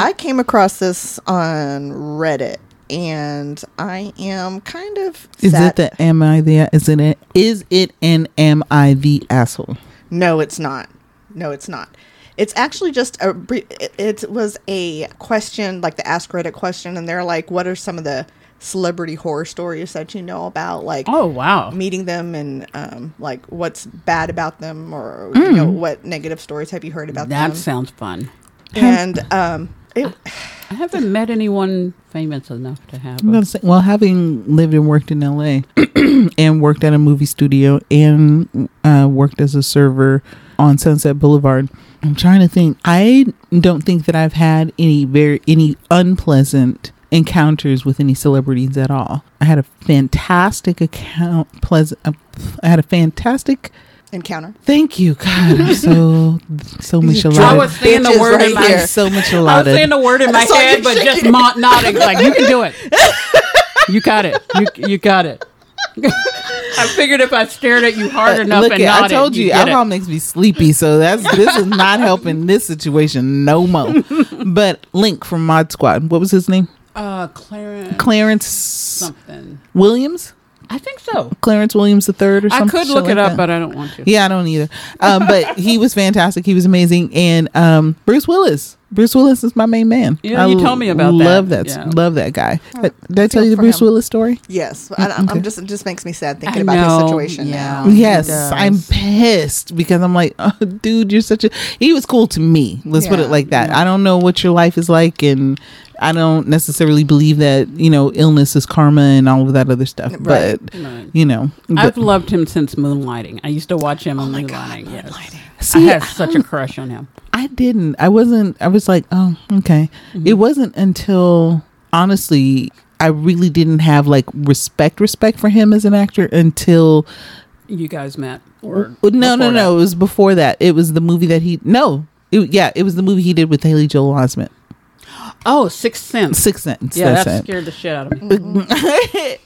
Speaker 4: I came across this on Reddit, and I am kind of
Speaker 1: Is
Speaker 4: sad.
Speaker 1: it the am I the is it a, is it an am I the asshole?
Speaker 4: No, it's not. No, it's not. It's actually just a. br- It, it was a question, like the Ask Reddit question, and they're like, "What are some of the celebrity horror stories that you know about?" Like,
Speaker 2: Oh wow.
Speaker 4: meeting them and um, like what's bad about them or you know
Speaker 2: Mm.
Speaker 4: what negative stories have you heard about
Speaker 2: That
Speaker 4: them
Speaker 2: sounds fun.
Speaker 4: and um, it,
Speaker 2: I haven't met anyone famous enough to have.
Speaker 1: I'm
Speaker 2: A,
Speaker 1: gonna say, well, having lived and worked in LA and worked at a movie studio and uh, worked as a server on Sunset Boulevard, I'm trying to think. I don't think that I've had any very any unpleasant encounters with any celebrities at all. I had a fantastic account pleasant. Uh, I had a fantastic.
Speaker 4: encounter
Speaker 1: Thank you, God. I'm so so much
Speaker 2: I
Speaker 1: alive.
Speaker 2: was saying the
Speaker 4: Bitches
Speaker 2: word in
Speaker 4: right
Speaker 2: my.
Speaker 4: here.
Speaker 1: I'm so much
Speaker 2: I was saying
Speaker 1: allotted.
Speaker 2: the word in my
Speaker 4: I saw you
Speaker 2: head, but just
Speaker 4: shaking.
Speaker 2: mo- nodding like you can do it. You got it. You you got it. I figured if I stared at you hard enough
Speaker 1: Uh, Look,
Speaker 2: and
Speaker 1: it, I
Speaker 2: nodded,
Speaker 1: told you,
Speaker 2: get
Speaker 1: alcohol
Speaker 2: it.
Speaker 1: makes me sleepy, so that's this is not helping this situation no more. But Link from Mod Squad, what was his name?
Speaker 2: Uh, Clarence
Speaker 1: Clarence
Speaker 2: something.
Speaker 1: Williams,
Speaker 2: I think so.
Speaker 1: Clarence Williams the third, or
Speaker 2: I
Speaker 1: something.
Speaker 2: could look it up, but I don't want to.
Speaker 1: yeah, I don't either. Um, but he was fantastic. He was amazing, and um, Bruce Willis. Bruce Willis is my main man.
Speaker 2: Yeah,
Speaker 1: I
Speaker 2: you told me about that.
Speaker 1: love that.
Speaker 2: Yeah.
Speaker 1: Love that guy. But Did I tell
Speaker 4: Feel
Speaker 1: you the
Speaker 4: for
Speaker 1: Bruce
Speaker 4: him.
Speaker 1: Willis story?
Speaker 4: Yes, I, I'm I'm just it just makes me sad thinking
Speaker 2: I
Speaker 4: about his
Speaker 2: know,
Speaker 4: situation
Speaker 2: yeah.
Speaker 4: now.
Speaker 2: He
Speaker 1: Yes,
Speaker 2: does.
Speaker 1: I'm pissed because I'm like, oh, dude, you're such a. He was cool to me. Let's put
Speaker 4: Yeah,
Speaker 1: it like that. I don't know what your life is like, and I don't necessarily believe that you know illness is karma and all of that other stuff.
Speaker 4: Right.
Speaker 1: But
Speaker 2: Right.
Speaker 1: you know,
Speaker 2: I've
Speaker 1: but, Oh
Speaker 2: loved him since Moonlighting. I used to watch him on Moonlighting. yes.
Speaker 1: See,
Speaker 2: I had such a crush on him.
Speaker 1: I didn't. I wasn't. I was like, oh, okay. It wasn't until honestly, I really didn't have like respect, respect for him as an actor until
Speaker 2: You guys met? Or
Speaker 1: Well, no, no,
Speaker 2: before
Speaker 1: no. It was before that. It was the movie that he no. It, yeah, it was the movie he did with Haley Joel Osment.
Speaker 2: that? Oh, Sixth Sense.
Speaker 1: Six Sense.
Speaker 2: yeah, that
Speaker 1: that's it.
Speaker 2: scared the shit out of me.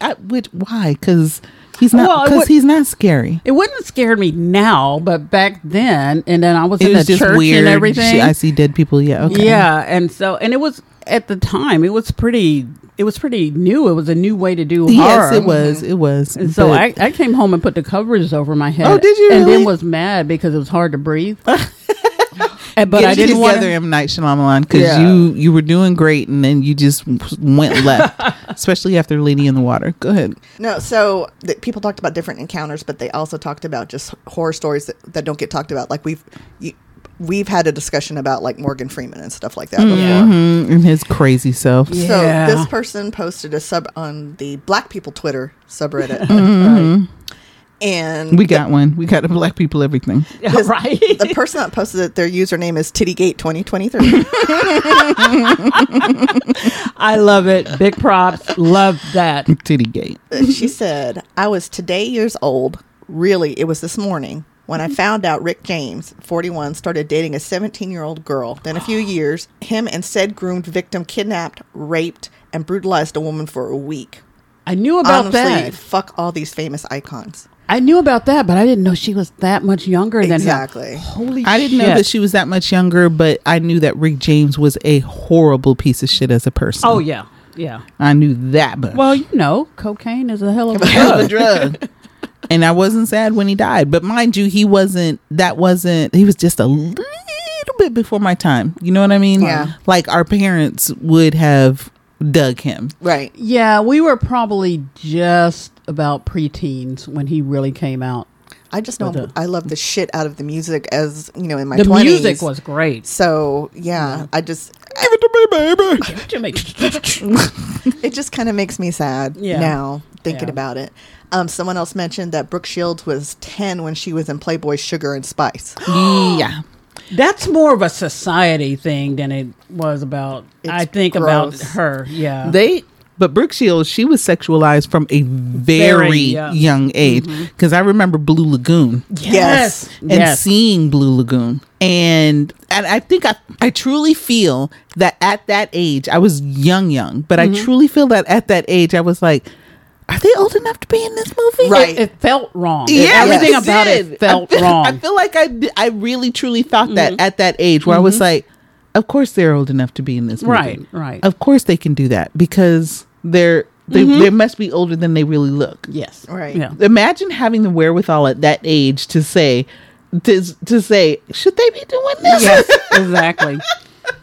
Speaker 1: I, which why? Because he's
Speaker 2: Well,
Speaker 1: not.
Speaker 2: it
Speaker 1: Because
Speaker 2: would-
Speaker 1: he's not scary.
Speaker 2: It wouldn't have scared me now, but back then, and then I was
Speaker 1: It
Speaker 2: in
Speaker 1: was
Speaker 2: the
Speaker 1: just
Speaker 2: church
Speaker 1: weird.
Speaker 2: and
Speaker 1: She-
Speaker 2: everything.
Speaker 1: I see dead people. Yeah. Okay.
Speaker 2: Yeah, and so and it was at the time it was pretty it was pretty new. It was a new way to do horror. Mm-hmm.
Speaker 1: Yes, it was. It was.
Speaker 2: And so
Speaker 1: But-
Speaker 2: I, I came home and put the covers over my head.
Speaker 1: Oh, did you
Speaker 2: And
Speaker 1: really?
Speaker 2: then was mad because it was hard to breathe. And- but
Speaker 1: Get
Speaker 2: I
Speaker 1: it
Speaker 2: didn't want
Speaker 1: together M Night Shyamalan because
Speaker 2: Yeah.
Speaker 1: you you were doing great and then you just went left, especially after Lady in the Water. Go ahead.
Speaker 4: No, so th- people talked about different encounters, but they also talked about just horror stories that, that don't get talked about. Like we've you, we've had a discussion about like Morgan Freeman and stuff like that before.
Speaker 1: Mm, and his crazy self.
Speaker 4: So
Speaker 2: Yeah.
Speaker 4: this person posted a sub on the Black People Twitter subreddit,
Speaker 2: Mm-hmm.
Speaker 4: and
Speaker 1: We got one. We got a black people everything.
Speaker 2: Yeah, right.
Speaker 4: the person that posted it, their username is Tittygate2023.
Speaker 2: I love it. Big props. Love that.
Speaker 1: Titty gate.
Speaker 4: she said, "I was today years old. Really, it was this morning." When
Speaker 2: Mm-hmm.
Speaker 4: I found out Rick James, 41, started dating a 17 year old girl, then a few years, him and said groomed victim kidnapped, raped, and brutalized a woman for a week.
Speaker 2: I knew about
Speaker 4: Honestly,
Speaker 2: that.
Speaker 4: fuck all these famous icons.
Speaker 2: I knew about that, but I didn't know she was that much younger than him.
Speaker 4: Exactly.
Speaker 2: Holy
Speaker 1: I didn't know
Speaker 2: shit.
Speaker 1: that she was that much younger, but I knew that Rick James was a horrible piece of shit as a person.
Speaker 2: Oh yeah. Yeah.
Speaker 1: I knew that much.
Speaker 2: Well, you know, cocaine is a hell of a
Speaker 1: Hell
Speaker 2: drug.
Speaker 1: of a drug. and I wasn't sad when he died, but mind you, he wasn't. That wasn't. He was just a little bit before my time. You know what I mean?
Speaker 4: Yeah.
Speaker 1: Like our parents would have dug him.
Speaker 4: Right.
Speaker 2: Yeah, we were probably just about preteens when he really came out.
Speaker 4: I just know
Speaker 2: But, uh,
Speaker 4: I love the shit out of the music as, you know, in my
Speaker 2: The
Speaker 4: 20s.
Speaker 2: music was great.
Speaker 4: So, yeah, I just,
Speaker 1: Give it to me, baby.
Speaker 4: it just kind of makes me sad
Speaker 2: Yeah.
Speaker 4: now thinking
Speaker 2: Yeah.
Speaker 4: about it. Um, someone else mentioned that Brooke Shields was 10 when she was in Playboy Sugar and Spice.
Speaker 1: yeah.
Speaker 2: That's more of a society thing than it was about. I
Speaker 4: It's
Speaker 2: think
Speaker 4: gross.
Speaker 2: about her. Yeah,
Speaker 1: They. But Brooke Shields, she was sexualized from a very,
Speaker 2: Very young. Mm-hmm.
Speaker 1: young age. Because I remember Blue Lagoon.
Speaker 4: Yes.
Speaker 1: and seeing Blue Lagoon. And and I think I I truly feel that at that age, I was young, young, but I truly feel that at that age, I was like, are they old enough to be in this movie?
Speaker 4: Right.
Speaker 2: it, it felt wrong.
Speaker 1: Yeah,
Speaker 2: everything
Speaker 1: it
Speaker 2: about
Speaker 1: did.
Speaker 2: it felt
Speaker 1: I feel,
Speaker 2: wrong.
Speaker 1: I feel like I di- I really truly thought that at that age where I was like, of course they're old enough to be in this movie.
Speaker 2: Right, right.
Speaker 1: Of course they can do that because they're they, they must be older than they really look
Speaker 2: yes,
Speaker 4: Right.
Speaker 2: Yeah,
Speaker 1: imagine having the wherewithal at that age to say to, to say should they be doing this
Speaker 2: yes, exactly.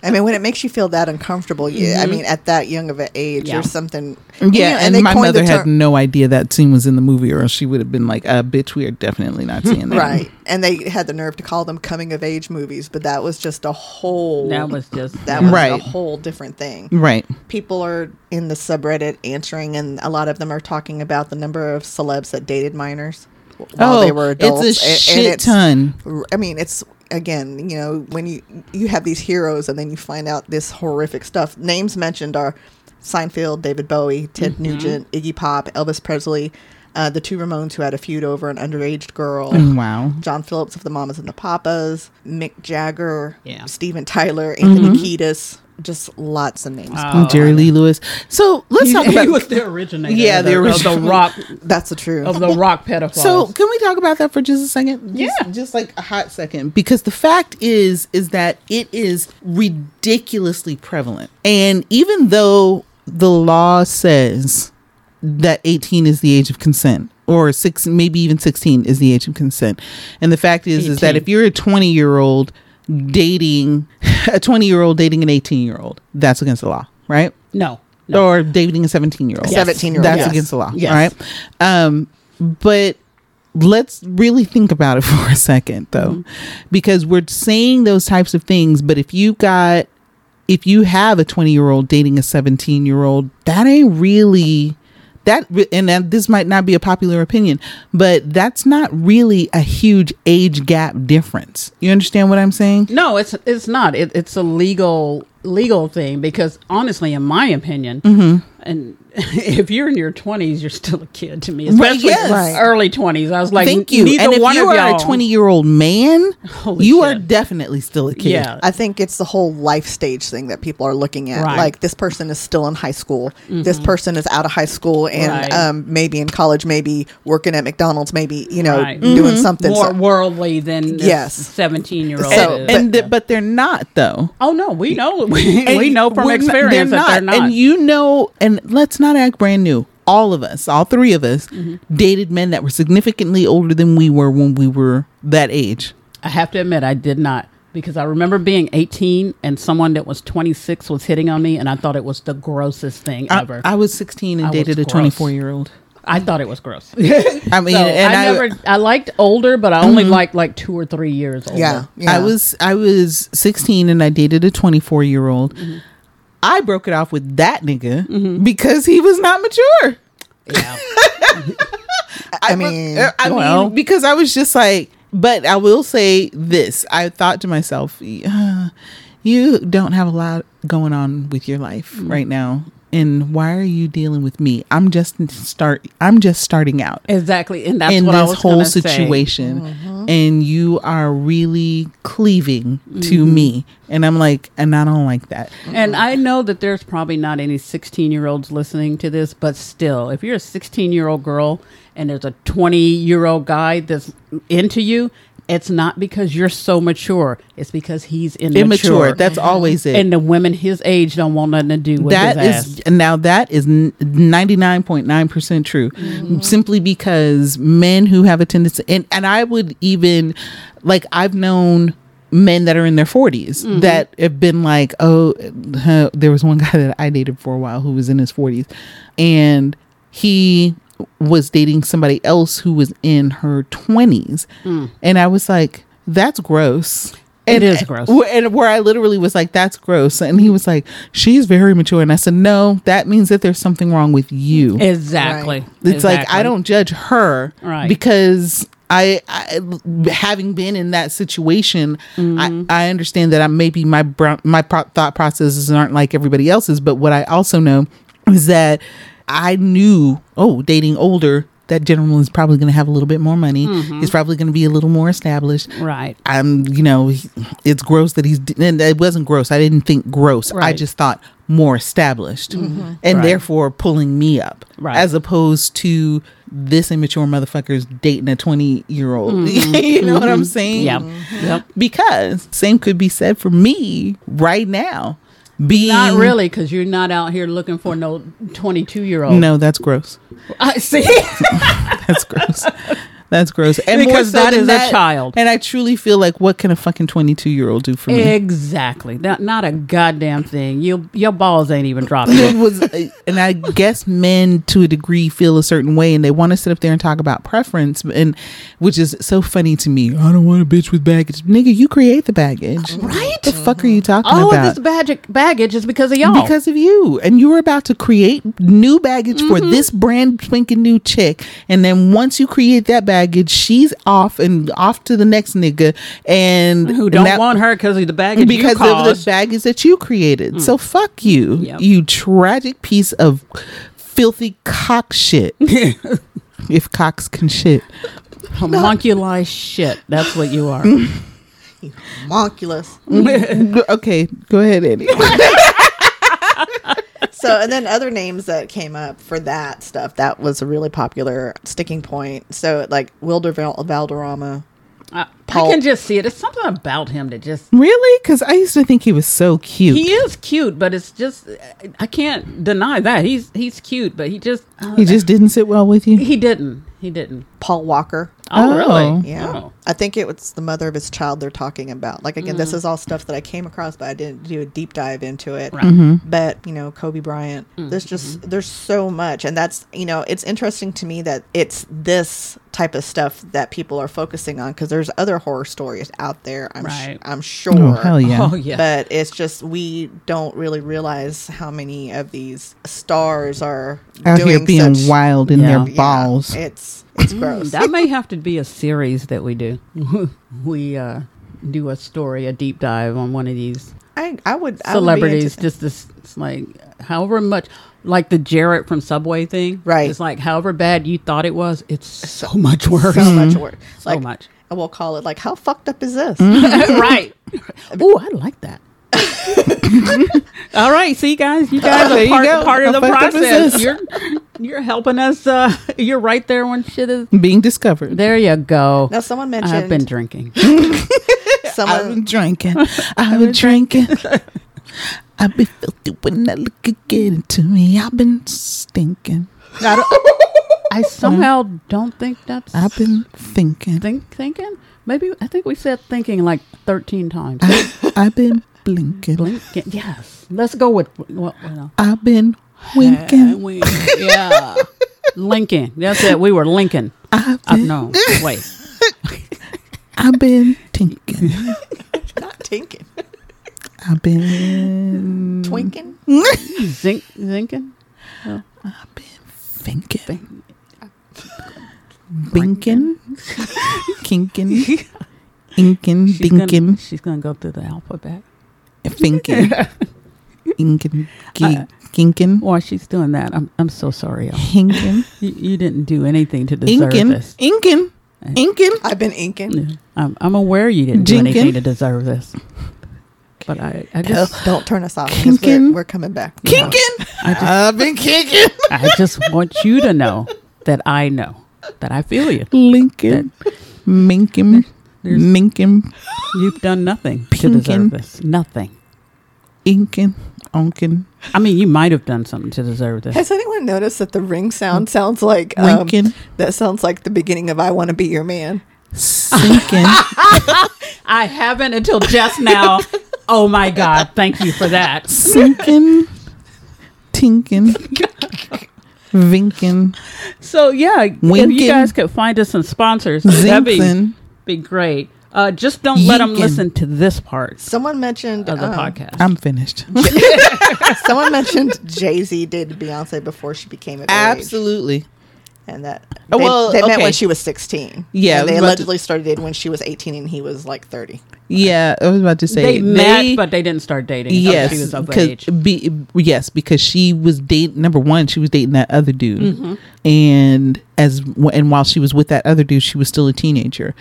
Speaker 4: I mean, when it makes you feel that uncomfortable, yeah, I mean, at that young of an age
Speaker 2: Mm-hmm. Yeah.
Speaker 4: or something.
Speaker 1: yeah
Speaker 4: you know,
Speaker 1: and,
Speaker 4: they
Speaker 1: my
Speaker 4: coined the
Speaker 1: mother had
Speaker 4: term-
Speaker 1: no idea that scene was in the movie or else she would have been like uh, bitch we are definitely not seeing
Speaker 2: Mm-hmm.
Speaker 1: that
Speaker 4: Right. And they had the nerve to call them coming of age movies, but that was just a whole.
Speaker 2: That was just
Speaker 4: That was
Speaker 1: Right.
Speaker 4: a whole different thing.
Speaker 1: right
Speaker 4: people are in the subreddit answering, and a lot of them are talking about the number of celebs that dated minors w- while Oh, they were adults.
Speaker 1: Oh, it's a
Speaker 4: a-
Speaker 1: shit ton
Speaker 4: r- I mean, it's again, you know, when you you have these heroes, and then you find out this horrific stuff. Names mentioned are Seinfeld, David Bowie, Ted
Speaker 1: Mm-hmm.
Speaker 4: Nugent, Iggy Pop, Elvis Presley. Uh, the two Ramones who had a feud over an underage girl.
Speaker 1: wow
Speaker 4: John Phillips of the Mamas and the Papas, Mick Jagger,
Speaker 2: Yeah.
Speaker 1: Mm-hmm.
Speaker 4: Steven Tyler, Anthony Kiedis, just lots of names.
Speaker 1: Oh, Jerry Lee Lewis. So let's
Speaker 2: Oh,
Speaker 1: talk
Speaker 2: He, he
Speaker 1: about
Speaker 2: was the originator.
Speaker 1: Yeah,
Speaker 2: of
Speaker 1: the
Speaker 2: the, of the
Speaker 1: original-
Speaker 2: rock
Speaker 4: That's the truth.
Speaker 2: of the rock pedophiles.
Speaker 1: So can we talk about that for just a second? Just,
Speaker 2: Yeah.
Speaker 1: just like a hot second, because the fact is, is that it is ridiculously prevalent, and even though the law says that 18 is the age of consent or 6 maybe even 16 is the age of consent and the fact is is that
Speaker 2: 18.
Speaker 1: if you're a 20 year old dating a 20 year old dating an 18 year old that's against the law right
Speaker 2: no, no.
Speaker 1: or dating a 17 year old.
Speaker 4: Yes. 17-year-old,
Speaker 1: That's
Speaker 4: yes.
Speaker 1: against the law.
Speaker 2: Yes.
Speaker 1: All right. Um, but let's really think about it for a second, though, because we're saying those types of things. But if you got, if you have a 20 year old dating a 17 year old, that ain't really. That re- and that, this might not be a popular opinion, but that's not really a huge age gap difference. You understand what I'm saying?
Speaker 2: No, it's it's not. It, it's a legal legal thing because honestly, in my opinion,
Speaker 1: Mm-hmm.
Speaker 2: and if you're in your 20s, you're still a kid to me, especially
Speaker 1: yes.
Speaker 4: Right.
Speaker 2: early 20s. I was like,
Speaker 1: Thank you.
Speaker 2: Neither
Speaker 1: And if
Speaker 2: one
Speaker 1: you
Speaker 2: of
Speaker 1: are
Speaker 2: y'all-
Speaker 1: a 20 year old man,
Speaker 2: Holy
Speaker 1: you are
Speaker 2: shit.
Speaker 1: definitely still a kid.
Speaker 2: yeah,
Speaker 4: I think it's the whole life stage thing that people are looking at.
Speaker 2: Right.
Speaker 4: Like this person is still in high school. This person is out of high school and
Speaker 2: Right.
Speaker 4: um, maybe in college, maybe working at McDonald's, maybe you know
Speaker 2: Right.
Speaker 4: doing something.
Speaker 2: more
Speaker 4: So-
Speaker 2: worldly than this
Speaker 4: Yes.
Speaker 2: 17 year old.
Speaker 4: So-
Speaker 2: is.
Speaker 1: and th- but they're not though.
Speaker 2: oh no, we know we,
Speaker 1: And
Speaker 2: we know from
Speaker 1: we're not-
Speaker 2: experience that they're not.
Speaker 1: And you know, and let's not act brand new. All of us, all three of us,
Speaker 2: Mm-hmm.
Speaker 1: dated men that were significantly older than we were when we were that age.
Speaker 2: I have to admit, I did not because I remember being 18 and someone that was 26 was hitting on me, and I thought it was the grossest thing
Speaker 1: I,
Speaker 2: ever.
Speaker 1: I was 16 and
Speaker 2: I was
Speaker 1: dated a
Speaker 2: gross.
Speaker 1: 24 year old.
Speaker 2: I thought it was gross.
Speaker 1: I mean,
Speaker 2: So
Speaker 1: and I,
Speaker 2: I,
Speaker 1: Mm-hmm.
Speaker 2: never I liked older, but I only liked like two or three years older.
Speaker 4: yeah, yeah.
Speaker 1: I was I was 16 and I dated a 24 year old. I broke it off with that nigga because he was not mature.
Speaker 2: yeah.
Speaker 4: I mean,
Speaker 1: Uh, I
Speaker 2: Well.
Speaker 1: mean, because I was just like, but I will say this: I thought to myself, uh, "You don't have a lot going on with your life right now, and why are you dealing with me? I'm just start. I'm just starting out
Speaker 2: exactly. And that's
Speaker 1: in
Speaker 2: what I
Speaker 1: this
Speaker 2: was
Speaker 1: whole
Speaker 2: gonna say. Mm-hmm.
Speaker 1: situation, and you are really cleaving to
Speaker 2: Mm-hmm.
Speaker 1: me." And I'm like, and I don't like that.
Speaker 2: And I know that there's probably not any 16 year olds listening to this, but still, if you're a 16 year old girl and there's a 20 year old guy that's into you, it's not because you're so mature. It's because he's immature.
Speaker 1: Immature. That's always it.
Speaker 2: and the women his age don't want nothing to do with
Speaker 1: That
Speaker 2: his ass.
Speaker 1: is now that is ninety nine point nine percent true,
Speaker 2: Mm-hmm.
Speaker 1: simply because men who have a tendency and and I would even like I've known men that are in their 40s
Speaker 2: Mm-hmm.
Speaker 1: that have been like oh huh, there was one guy that I dated for a while who was in his forties, and he was dating somebody else who was in her twenties, and I was like that's gross.
Speaker 2: Mm. It
Speaker 1: And-
Speaker 2: is gross.
Speaker 1: wh- and where I literally was like, "That's gross," and he was like, "She's very mature," and I said, "No, that means that there's something wrong with you."
Speaker 2: exactly.
Speaker 1: it's like
Speaker 2: Exactly.
Speaker 1: I don't judge her
Speaker 2: Right.
Speaker 1: because I, I, having been in that situation,
Speaker 2: Mm-hmm.
Speaker 1: I, I understand that I maybe my brown, my pro- thought processes aren't like everybody else's, but what I also know is that I knew, oh, dating older. That gentleman is probably going to have a little bit more money. He's probably going to be a little more established.
Speaker 2: Mm-hmm. Right.
Speaker 1: I'm, you know, he- it's gross that he's, and it wasn't gross. I didn't think gross. I
Speaker 2: Right. Mm-hmm.
Speaker 1: just thought more established and
Speaker 2: Right.
Speaker 1: therefore pulling me up
Speaker 2: Right.
Speaker 1: as opposed to this immature motherfucker's dating a 20 year old. you know what I'm saying?
Speaker 2: Mm-hmm. Yeah. Yep.
Speaker 1: Because same could be said for me right now. Being
Speaker 2: Not really, because you're not out here looking for no 22 year old.
Speaker 1: No, that's gross.
Speaker 2: I see.
Speaker 1: That's gross. That's gross. And
Speaker 2: Because
Speaker 1: more so
Speaker 2: that
Speaker 1: than
Speaker 2: is a child.
Speaker 1: And I truly feel like, what can a fucking 22 year old do for me?
Speaker 2: exactly. Not, not a goddamn thing. You, your balls ain't even
Speaker 1: it
Speaker 2: dropping.
Speaker 1: was uh, and i guess men to a degree feel a certain way and they want to sit up there and talk about preference and which is so funny to me i don't want a bitch with baggage nigga you create the baggage right the fuck are you talking
Speaker 2: All of
Speaker 1: about
Speaker 2: this baggage, baggage is because of y'all.
Speaker 1: because of you and you were about to create new baggage for
Speaker 2: Mm-hmm.
Speaker 1: this brand spanking new chick and then once you create that baggage she's off and off to the next nigga and
Speaker 2: who don't
Speaker 1: and that-
Speaker 2: want her because of the baggage
Speaker 1: because
Speaker 2: you caused.
Speaker 1: of the baggage that you created. So fuck you,
Speaker 2: Yep.
Speaker 1: you tragic piece of filthy cock shit. if cocks can shit, Mm-hmm.
Speaker 2: homunculized shit. That's what you are.
Speaker 4: homunculus.
Speaker 1: okay, go ahead, Eddie.
Speaker 4: So, and then other names that came up for that stuff, that was a really popular sticking point. So, like Wilder Val- Valderrama.
Speaker 2: I, I
Speaker 4: Paul-
Speaker 2: can just see it. It's something about him that just
Speaker 1: really? Because I used to think he was so cute.
Speaker 2: he is cute, but it's just I can't deny that he's he's cute, but he just uh,
Speaker 1: he just didn't sit well with you.
Speaker 2: he didn't he didn't.
Speaker 4: Paul Walker.
Speaker 2: Oh,
Speaker 1: Oh.
Speaker 2: really?
Speaker 4: Yeah.
Speaker 2: Oh.
Speaker 4: I think it was the mother of his child they're talking about. Like, again,
Speaker 2: Mm.
Speaker 4: this is all stuff that I came across, but I didn't do a deep dive into it.
Speaker 2: Right.
Speaker 1: Mm-hmm.
Speaker 2: Mm, mm-hmm.
Speaker 4: But, you know, Kobe Bryant, there's just, there's so much. And that's, you know, it's interesting to me that it's this type of stuff that people are focusing on because there's other horror stories out there. I'm,
Speaker 2: Right.
Speaker 4: sh- I'm sure.
Speaker 1: Oh hell yeah!
Speaker 2: Oh yeah.
Speaker 4: But it's just we don't really realize how many of these stars are
Speaker 1: Out
Speaker 4: doing
Speaker 1: here being
Speaker 4: such,
Speaker 1: wild in
Speaker 2: Yeah.
Speaker 1: their
Speaker 4: Yeah,
Speaker 1: balls.
Speaker 4: it's
Speaker 2: Mm.
Speaker 4: it's gross.
Speaker 2: that may have to be a series that we do. we uh, do a story, a deep dive on one of these
Speaker 4: I I would I would be into-
Speaker 2: celebrities. just this, it's like however much, like the Jarrett from Subway thing.
Speaker 4: Right.
Speaker 2: It's like however bad you thought it was, it's so much worse.
Speaker 4: so much work.
Speaker 2: Mm-hmm. So much. Mm-hmm.
Speaker 4: And we'll call it like, how fucked up is this?
Speaker 2: right. Oh, I like that. All right, see guys, you guys
Speaker 1: There
Speaker 2: are
Speaker 1: you
Speaker 2: part,
Speaker 1: go.
Speaker 2: part of the
Speaker 1: Effective
Speaker 2: process.
Speaker 1: assist.
Speaker 2: You're you're helping us. Uh, you're right there when shit is.
Speaker 1: being discovered.
Speaker 2: There you go.
Speaker 4: Now, someone
Speaker 2: I've been
Speaker 4: mentioned
Speaker 2: drinking.
Speaker 1: I've been
Speaker 4: someone
Speaker 1: drinking. I've been drinking. I've been filthy when that liquor get into me. I've been stinking.
Speaker 2: I, don't- I somehow don't think that's
Speaker 1: I've been thinking.
Speaker 2: think thinking. Maybe I think we said thinking like thirteen times.
Speaker 1: I've been blinking.
Speaker 2: Blinking. Yes, let's go with what? Well,
Speaker 1: I've been winking.
Speaker 2: we, yeah, Lincoln. That's it. We were Lincoln.
Speaker 1: I've
Speaker 2: Uh,
Speaker 1: been,
Speaker 2: no, wait.
Speaker 1: I've been tinking.
Speaker 4: not tinking,
Speaker 1: I've been
Speaker 4: twinking.
Speaker 2: Zink, Zinkin.
Speaker 1: thinking. Binking. Kinking. Inking.
Speaker 2: She's gonna-
Speaker 1: Dinking.
Speaker 2: She's gonna go through the alphabet.
Speaker 1: Finking. Inking.
Speaker 2: Uh,
Speaker 1: gi- Kinking.
Speaker 2: While she's doing that, I'm I'm so sorry, y'all.
Speaker 1: Hinking.
Speaker 2: You, you didn't do anything to deserve
Speaker 1: Inking.
Speaker 2: this.
Speaker 1: Inking. Inking.
Speaker 4: I've been inking.
Speaker 2: Yeah. I'm, I'm aware you didn't
Speaker 1: Jinkin.
Speaker 2: do anything to deserve this, but I I just
Speaker 4: Don't turn us off. 'cause We're,
Speaker 1: Kinking.
Speaker 4: we're coming back.
Speaker 1: Kinking. I've been kinking.
Speaker 2: I just want you to know that I know that I feel you.
Speaker 1: Linking. Minking.
Speaker 2: There's-
Speaker 1: Minking.
Speaker 2: You've done nothing to
Speaker 1: Pinkin.
Speaker 2: deserve this. Nothing.
Speaker 1: Inking. Onking.
Speaker 2: I mean, you might have done something to deserve this.
Speaker 4: Has anyone noticed that the ring sound sounds like um,
Speaker 1: Winking.
Speaker 4: that sounds like the beginning of "I Want to Be Your Man"?
Speaker 1: Sinking.
Speaker 2: I haven't until just now. oh my God! Thank you for that.
Speaker 1: Sinking. Tinking. Vinking.
Speaker 2: So yeah, if
Speaker 1: Winkin.
Speaker 2: you guys could find us some sponsors, that'd be,
Speaker 1: Zinkin.
Speaker 2: be great. Uh, just don't let 'em let them
Speaker 1: Yinkin. uh,
Speaker 2: listen to this part
Speaker 4: Someone mentioned
Speaker 2: of the
Speaker 4: um,
Speaker 2: podcast.
Speaker 1: I'm finished.
Speaker 4: Someone mentioned Jay Z did Beyonce before she became a
Speaker 1: Absolutely.
Speaker 4: and that
Speaker 1: Oh,
Speaker 4: they,
Speaker 1: well,
Speaker 4: they met
Speaker 1: okay.
Speaker 4: when she was sixteen.
Speaker 1: Yeah,
Speaker 4: and
Speaker 1: I
Speaker 4: they
Speaker 1: was about to-
Speaker 4: allegedly started dating when she was eighteen, and he was like thirty.
Speaker 1: Yeah, I was about to say
Speaker 2: they, met, but they didn't start dating. until
Speaker 1: yes,
Speaker 2: she was of
Speaker 1: 'cause-
Speaker 2: age.
Speaker 1: be- yes, because she was date number one. She was dating that other dude,
Speaker 2: Mm-hmm.
Speaker 1: and as and while she was with that other dude, she was still a teenager.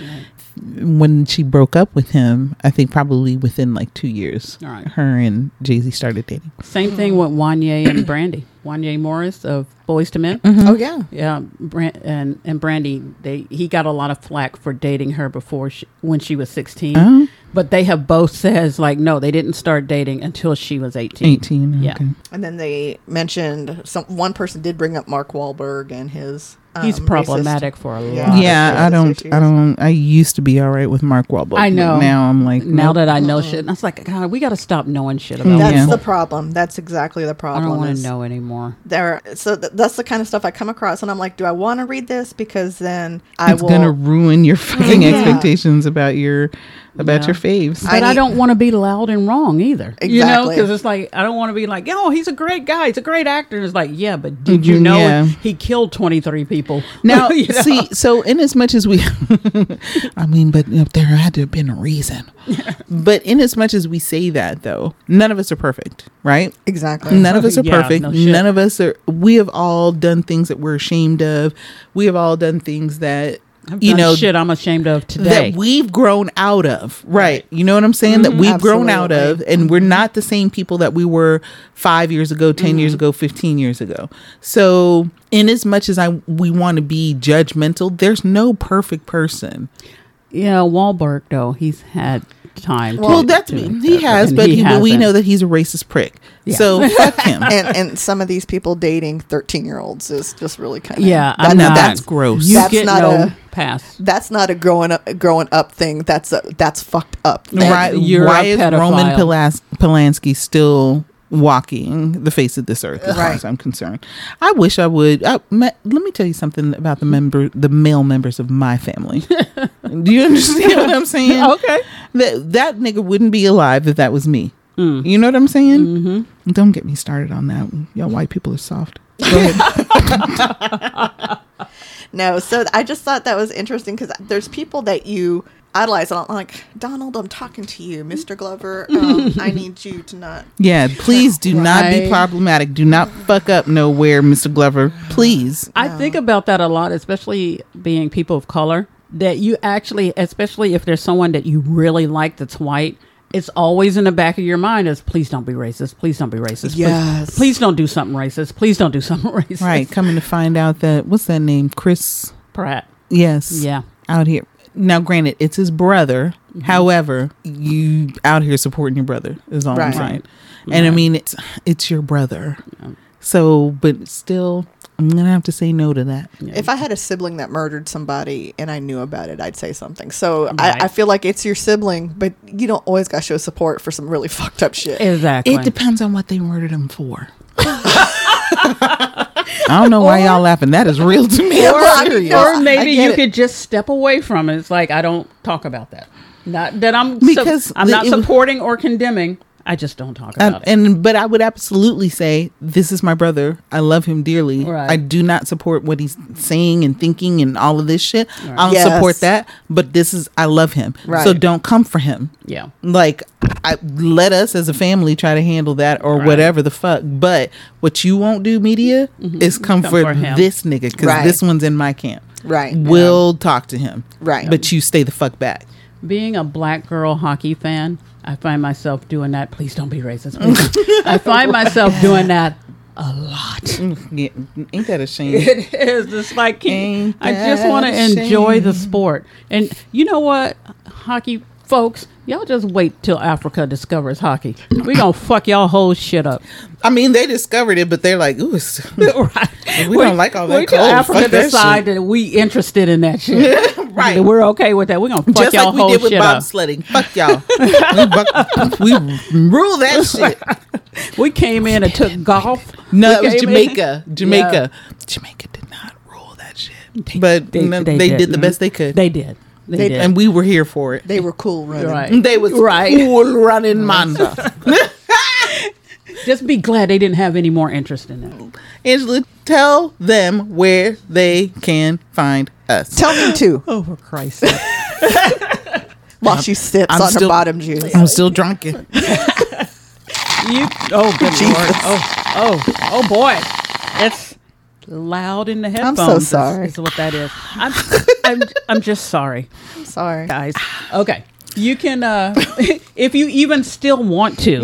Speaker 1: When she broke up with him, I think probably within like two years,
Speaker 2: All right.
Speaker 1: her and Jay Z started dating.
Speaker 2: Same thing with Wanye and Brandy. Wanye Morris of Boys to Men.
Speaker 4: Oh yeah,
Speaker 2: Yeah, Brand, and and Brandy, they he got a lot of flack for dating her before she, when she was 16.
Speaker 1: Oh.
Speaker 2: But they have both says like no, they didn't start dating until she was 18.
Speaker 1: 18,
Speaker 2: Yeah.
Speaker 1: okay.
Speaker 4: And then they mentioned some one person did bring up Mark Wahlberg and his um,
Speaker 2: He's
Speaker 4: racist-
Speaker 2: problematic for a lot.
Speaker 4: Yeah.
Speaker 2: of-
Speaker 1: yeah,
Speaker 4: that's
Speaker 1: I don't,
Speaker 4: issues.
Speaker 1: I don't, I used to be all right with Mark Wahlberg.
Speaker 2: I
Speaker 1: but
Speaker 2: know.
Speaker 1: Now I'm like,
Speaker 2: Now
Speaker 1: nope.
Speaker 2: that I know
Speaker 4: Uh-huh.
Speaker 2: shit, and I was like, God, we got to stop knowing shit about.
Speaker 4: That's
Speaker 1: Yeah.
Speaker 2: people.
Speaker 4: the problem. That's exactly the
Speaker 2: I
Speaker 4: problem.
Speaker 2: don't want
Speaker 4: is
Speaker 2: to know anymore.
Speaker 4: There, so th- that's the kind of stuff I come across, and I'm like, do I want to read this? Because then I
Speaker 1: it's
Speaker 4: will.
Speaker 1: gonna ruin your fucking
Speaker 4: Yeah.
Speaker 1: expectations about your about
Speaker 2: Yeah.
Speaker 1: your faves.
Speaker 2: But I,
Speaker 4: need-
Speaker 2: don't want to be loud and wrong either. You know,
Speaker 4: Exactly.
Speaker 2: because it's like I don't want to be like, oh, he's a great guy, he's a great actor. And it's like, yeah, but did you
Speaker 1: Mhm,
Speaker 2: know
Speaker 1: yeah.
Speaker 2: he killed twenty three people?
Speaker 1: Now,
Speaker 2: You know?
Speaker 1: see, so in as much as we, I mean, but you know, there had to have been a reason. but in as much as we say that, though, none of us are perfect, right?
Speaker 4: exactly.
Speaker 1: None of us are
Speaker 2: Yeah,
Speaker 1: perfect.
Speaker 2: no shit.
Speaker 1: none of us are. We have all done things that we're ashamed of. We have all done things that
Speaker 2: I've
Speaker 1: you
Speaker 2: done
Speaker 1: know
Speaker 2: shit I'm ashamed of today.
Speaker 1: that we've grown out of. Right. Mm-hmm. You know what I'm saying? that we've grown out of and we're not the same people that we were 5 years ago, 10 years ago, 15 years ago. So, in as much as I we want to be judgmental, there's no perfect person.
Speaker 2: yeah, Wahlberg though he's had time. to-
Speaker 1: Well, that's
Speaker 2: to
Speaker 1: me.
Speaker 2: accept
Speaker 1: He
Speaker 2: it,
Speaker 1: has,
Speaker 2: and
Speaker 1: but,
Speaker 2: he
Speaker 1: he- but we
Speaker 2: hasn't.
Speaker 1: know that he's a racist prick.
Speaker 2: Yeah.
Speaker 1: So, fuck him.
Speaker 4: and and some of these people dating 13 year olds is just really kind of
Speaker 2: Yeah, I'm
Speaker 1: No,
Speaker 2: not.
Speaker 1: that's gross.
Speaker 2: You
Speaker 4: That's
Speaker 2: get
Speaker 4: not
Speaker 2: no
Speaker 4: a-
Speaker 2: pass.
Speaker 4: that's not a growing up growing up thing that's a that's fucked up thing.
Speaker 1: why,
Speaker 2: you're
Speaker 1: why
Speaker 2: a
Speaker 1: is
Speaker 2: pedophile.
Speaker 1: Roman Polas- Polanski still walking the face of this earth? As far as I'm concerned, I wish I would. I, ma- let me tell you something about the member, the male members of my family. Do you understand what I'm saying?
Speaker 2: Okay.
Speaker 1: that that nigga wouldn't be alive if that was me.
Speaker 2: Mm.
Speaker 1: You know what I'm saying? Mm-hmm. Don't get me started on that. Y'all white people are soft. Go ahead.
Speaker 4: No, so I just thought that was interesting because there's people that you idolize. And I'm like, Donald, I'm talking to you, Mr. Glover. Um, I need you to not.
Speaker 1: yeah, please do not be
Speaker 2: Right.
Speaker 1: problematic. Do not fuck up nowhere, Mr. Glover. Please.
Speaker 2: I think about that a lot, especially being people of color. That you actually, especially if there's someone that you really like that's white, it's always in the back of your mind is please don't be racist. Please don't be racist. Please-
Speaker 4: Yes.
Speaker 2: Please, don't do something racist. Please don't do something racist.
Speaker 1: Right, coming to find out that what's that name, Chris?
Speaker 2: Pratt.
Speaker 1: Yes,
Speaker 2: Yeah.
Speaker 1: out here. Now, granted, it's his brother.
Speaker 4: Mm-hmm.
Speaker 1: However, you out here supporting your brother is all
Speaker 4: Right.
Speaker 1: I'm saying. And I mean, it's it's your brother. So, but still, I'm gonna have to say no to that.
Speaker 4: If I had a sibling that murdered somebody and I knew about it, I'd say something. So
Speaker 2: Right.
Speaker 4: I, I feel like it's your sibling, but you don't always got to show support for some really fucked up shit.
Speaker 2: Exactly.
Speaker 1: It depends on what they murdered him for. I don't know why y'all laughing. That is real to me. I'm
Speaker 4: Or- I mean,
Speaker 1: serious.
Speaker 4: no,
Speaker 2: or
Speaker 4: I
Speaker 2: maybe
Speaker 4: get
Speaker 2: you
Speaker 4: it.
Speaker 2: could just step away from it. It's like I don't talk about that. Not that I'm
Speaker 1: Because
Speaker 2: because I'm
Speaker 1: the-
Speaker 2: not
Speaker 1: it was-
Speaker 2: supporting or condemning. I just don't talk
Speaker 1: Um,
Speaker 2: about it.
Speaker 1: and but I would absolutely say this is my brother. I love him dearly.
Speaker 2: Right.
Speaker 1: I do not support what he's saying and thinking and all of this shit. I don't
Speaker 4: Yes.
Speaker 1: support that. But this is I love him.
Speaker 4: Right.
Speaker 1: So don't come for him.
Speaker 2: Yeah.
Speaker 1: Like I let us as a family try to handle that or whatever the fuck. But what you won't do, media, is come, for,
Speaker 2: for him.
Speaker 1: this nigga because
Speaker 4: Right.
Speaker 1: this one's in my camp.
Speaker 4: Right.
Speaker 1: We'll talk to him.
Speaker 4: Right.
Speaker 1: But you stay the fuck back.
Speaker 2: Being a black girl hockey fan, I find myself doing that. Please don't be racist. please don't. I find myself doing that a lot.
Speaker 4: Mm.
Speaker 1: Yeah, ain't that a shame?
Speaker 2: It is. It's like can-
Speaker 1: Ain't
Speaker 2: I just
Speaker 1: that
Speaker 2: want to
Speaker 1: a
Speaker 2: enjoy
Speaker 1: shame?
Speaker 2: the sport. And you know what, hockey folks, y'all just wait till Africa discovers hockey. We gonna fuck y'all whole shit up.
Speaker 1: I mean, they discovered it, but they're like, ooh, it's-
Speaker 2: right.
Speaker 1: We don't like all that
Speaker 2: Wait till
Speaker 1: cold.
Speaker 2: Africa
Speaker 1: Fuck that
Speaker 2: decide that, we interested in that shit.
Speaker 1: Right.
Speaker 2: That we're okay with that. We're gonna fuck
Speaker 1: just
Speaker 2: y'all
Speaker 1: like we
Speaker 2: whole
Speaker 1: did with
Speaker 2: shit up.
Speaker 1: bobsledding. Fuck y'all. we, buck- we rule that shit.
Speaker 2: We came in and took golf.
Speaker 1: No, it
Speaker 2: We
Speaker 1: was
Speaker 2: came in-
Speaker 1: Jamaica. Jamaica. Jamaica did not rule that shit. but
Speaker 2: They,
Speaker 1: no,
Speaker 2: they Mm-hmm.
Speaker 1: they, did. the best they could.
Speaker 2: They did. They, did.
Speaker 1: and we were here for it.
Speaker 4: They were cool running.
Speaker 2: right.
Speaker 1: they was
Speaker 2: Right.
Speaker 1: cool running man.
Speaker 2: Just be glad they didn't have any more interest in it.
Speaker 1: Angela, tell them where they can find us.
Speaker 4: Tell me too,
Speaker 2: Oh, for Christ's sake.
Speaker 4: while she sips
Speaker 1: I'm
Speaker 4: on
Speaker 1: still-
Speaker 4: her bottom juice.
Speaker 1: I'm still drunken.
Speaker 2: You, oh, good lord. Oh, oh, oh, boy. It's loud in the headphones.
Speaker 4: so
Speaker 2: is-
Speaker 4: sorry.
Speaker 2: Is, what that is. I'm, I'm, I'm just sorry,
Speaker 4: I'm sorry.
Speaker 2: guys. Okay. You can, uh, if you even still want to.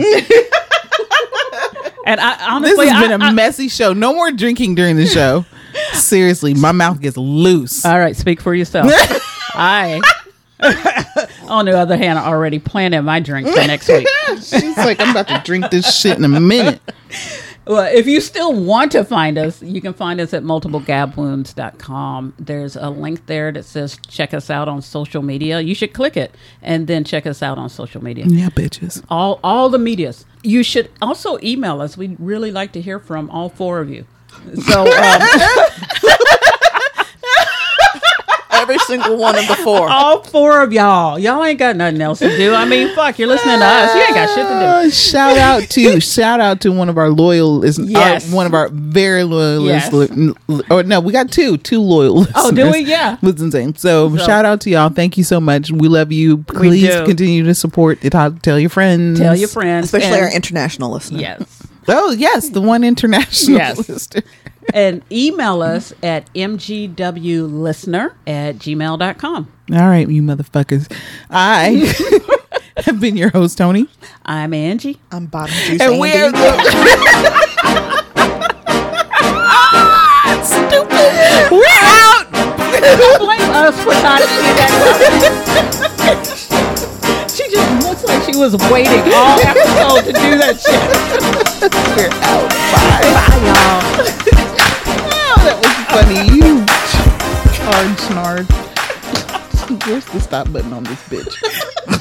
Speaker 2: And I honestly,
Speaker 1: This has been
Speaker 2: I-
Speaker 1: a
Speaker 2: I-
Speaker 1: messy show. No more drinking during the show. Seriously, my mouth gets loose.
Speaker 2: all right, speak for yourself. I, on the other hand, I already planning my drink for next week.
Speaker 1: She's like, I'm about to drink this shit in a minute.
Speaker 2: Well, if you still want to find us, you can find us at multiplegabwounds.com. There's a link there that says check us out on social media. You should click it and then check us out on social media.
Speaker 1: Yeah, bitches.
Speaker 2: All all the medias. You should also email us. We'd really like to hear from all four of you. So um,
Speaker 4: Every single one of the four.
Speaker 2: all four of y'all. Y'all ain't got nothing else to do. I mean, fuck, you're listening to us. You ain't got shit to do.
Speaker 1: Uh, shout out to shout out to one of our loyal is uh,
Speaker 2: Yes.
Speaker 1: one of our very loyal
Speaker 2: Yes.
Speaker 1: listeners. Or oh, no, we got two two loyal.
Speaker 2: Oh, do we?
Speaker 1: listeners.
Speaker 2: Yeah.
Speaker 1: was insane. So,
Speaker 2: So-
Speaker 1: shout out to y'all. Thank you so much. We love you. Please
Speaker 2: do.
Speaker 1: continue to support. It. Tell your friends.
Speaker 2: Tell your friends.
Speaker 4: Especially
Speaker 2: and-
Speaker 4: our international listeners.
Speaker 2: Yes.
Speaker 1: Oh yes, the one international
Speaker 2: Yes.
Speaker 1: listener.
Speaker 2: and email us at mgwlistener at gmail.com.
Speaker 1: All right, you motherfuckers. I have been your host, Tony.
Speaker 2: I'm Angie.
Speaker 4: I'm bottom juice.
Speaker 1: And we are
Speaker 4: Andy.
Speaker 1: Ah, stupid. We're out.
Speaker 2: Blame us for not seeing that. she just looks like she was waiting all episode to do that shit.
Speaker 1: Oh, that was funny. You hard snarg. Where's the stop button on this bitch?